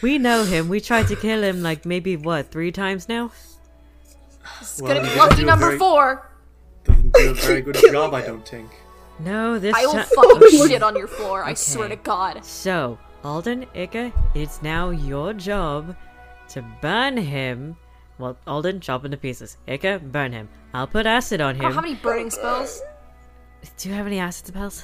D: We know him. We tried to kill him like maybe what three times now.
A: It's
G: Gonna be lucky number four. (laughs)
A: Doesn't do a very good job, I don't think.
D: No, this Oh,
B: I will
D: time.
B: (laughs) fucking shit on your floor. I swear to
D: Okay.
B: God.
D: So, Alden Ika, it's now your job to burn him. Well, Alden, chop him to pieces. Ika, burn him. I'll put acid on
B: I don't
D: him.
B: have any burning spells.
D: Do you have any acid spells?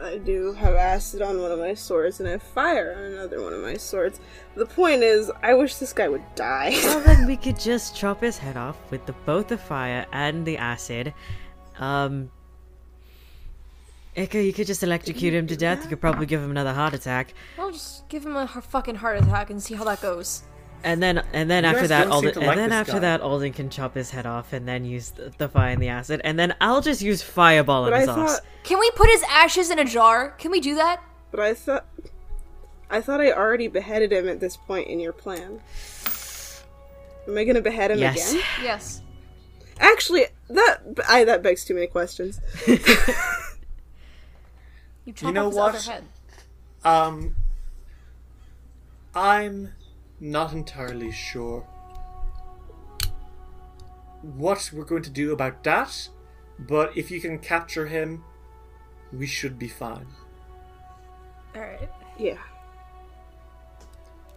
C: I do have acid on one of my swords, and I have fire on another one of my swords. The point is, I wish this guy would die.
D: (laughs) Well, then we could just chop his head off with the, both the fire and the acid. Um, Ika, you could just electrocute him to death. You could probably give him another heart attack,
B: I'll just give him a h- fucking heart attack and see how that goes.
D: and then and then
A: You
D: after
A: guys
D: that,
A: don't seem
D: Alden,
A: to
D: and
A: like
D: then
A: this
D: after
A: guy.
D: that, Alden can chop his head off, and then use the, the fire and the acid, and then I'll just use fireball
C: but
D: on
C: I
D: his
C: thought,
D: ass.
B: Can we put his ashes in a jar? Can we do that?
C: but I thought, I thought I already beheaded him at this point in your plan. Am I gonna behead him
D: Yes.
C: again?
B: Yes.
C: Actually, that I that begs too many questions.
B: You chop
A: know
B: off his
A: what?
B: other head.
A: Um, I'm not entirely sure what we're going to do about that, but if you can capture him, we should be fine.
B: All right.
C: Yeah.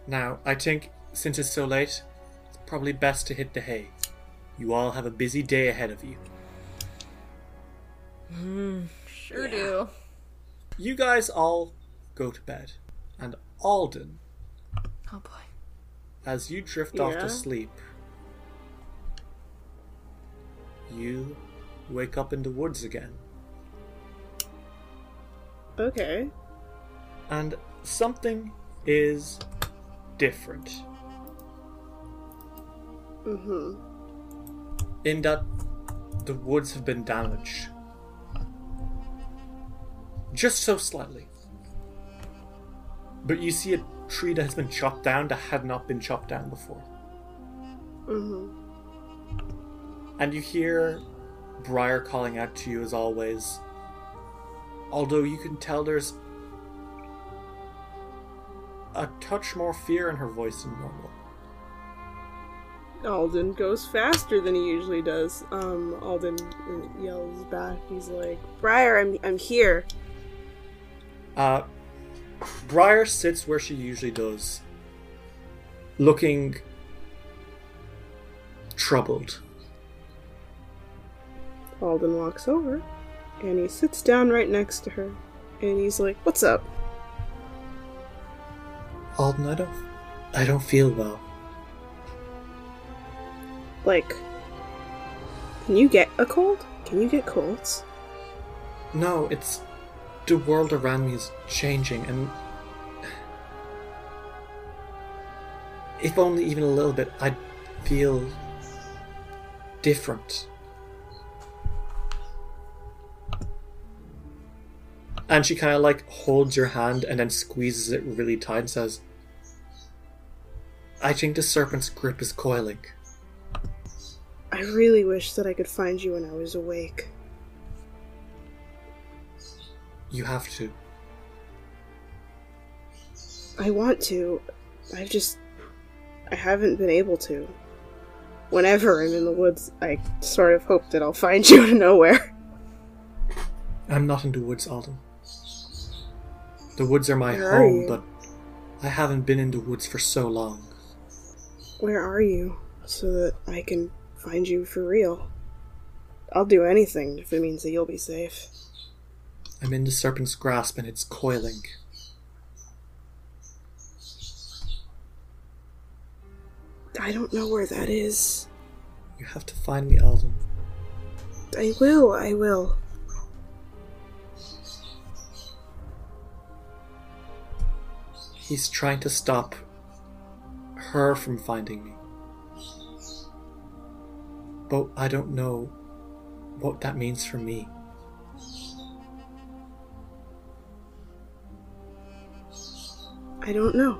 A: Now, I think since it's so late, it's probably best to hit the hay. You all have a busy day ahead of you.
B: Sure do.
A: You guys all go to bed, and Alden,
B: Oh boy. (laughs)
A: as you drift off
C: Yeah.
A: to sleep, you wake up in the woods again,
C: Okay.
A: and something is different.
C: Mm-hmm.
A: In that the woods have been damaged. Just so slightly. But you see a tree that has been chopped down that had not been chopped down before.
C: Mm-hmm.
A: And you hear Briar calling out to you as always. Although you can tell there's a touch more fear in her voice than normal.
C: Alden goes faster than he usually does. Um, Alden uh, yells back. He's like, "Briar, I'm I'm here."
A: Uh, Briar sits where she usually does, looking troubled.
C: Alden walks over, and he sits down right next to her, and he's like, "What's up?"
A: Alden, I don't, I don't feel well.
C: Like, can you get a cold? Can you get colds?
A: No, it's the world around me is changing, and if only even a little bit, I'd feel different. And she kind of like holds your hand and then squeezes it really tight and says, I think the serpent's grip is coiling.
C: I really wish that I could find you when I was awake.
A: You have to.
C: I want to. I've just. I haven't been able to. Whenever I'm in the woods, I sort of hope that I'll find you (laughs) out of nowhere.
A: I'm not in the woods, Alden. The woods are my
C: Where are
A: home,
C: you?
A: but I haven't been in the woods for so long.
C: Where are you? So that I can find you for real. I'll do anything if it means that you'll be safe.
A: I'm in the serpent's grasp and it's coiling.
C: I don't know where that is.
A: You have to find me, Alden.
C: I will, I will.
A: He's trying to stop her from finding me. But I don't know what that means for me.
C: I don't know.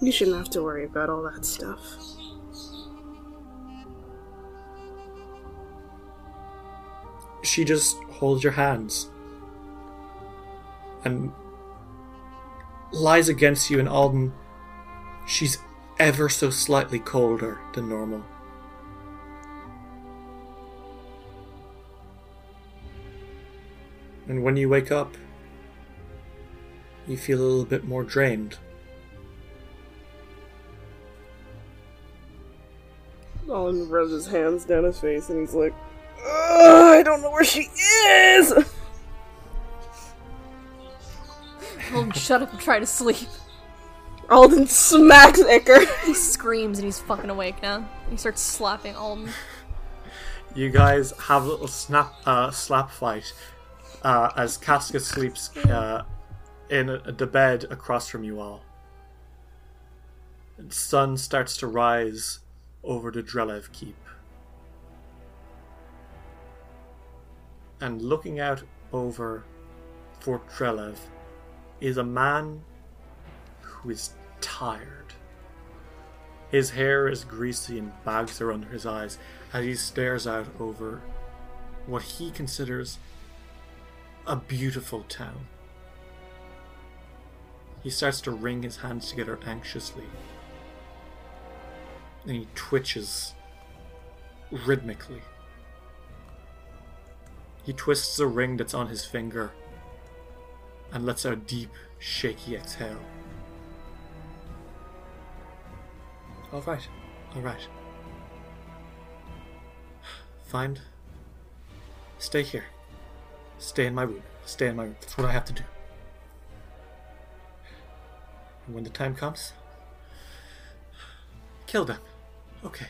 C: You shouldn't have to worry about all that stuff.
A: She just holds your hands and lies against you, and Alden, she's ever so slightly colder than normal. And when you wake up, you feel a little bit more drained.
C: Olin rubs his hands down his face and he's like, "Ugh, I don't know where she is!
B: Hold, shut up and try to sleep.
C: Alden smacks (laughs) Icker.
B: He screams and he's fucking awake now. He starts slapping Alden.
A: You guys have a little snap, uh, slap fight uh, as Casca sleeps uh, in a, the bed across from you all. The sun starts to rise over the Drelev keep. And looking out over Fort Drelev is a man who is tired. His hair is greasy and bags are under his eyes as he stares out over what he considers a beautiful town. He starts to wring his hands together anxiously and he twitches rhythmically. He twists a ring that's on his finger and lets out a deep, shaky exhale. All right, all right. Find. Stay here. Stay in my room. Stay in my room. That's what I have to do. And when the time comes, Kill them. Okay.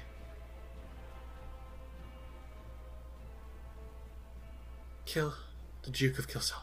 A: Kill the Duke of Kilsaw.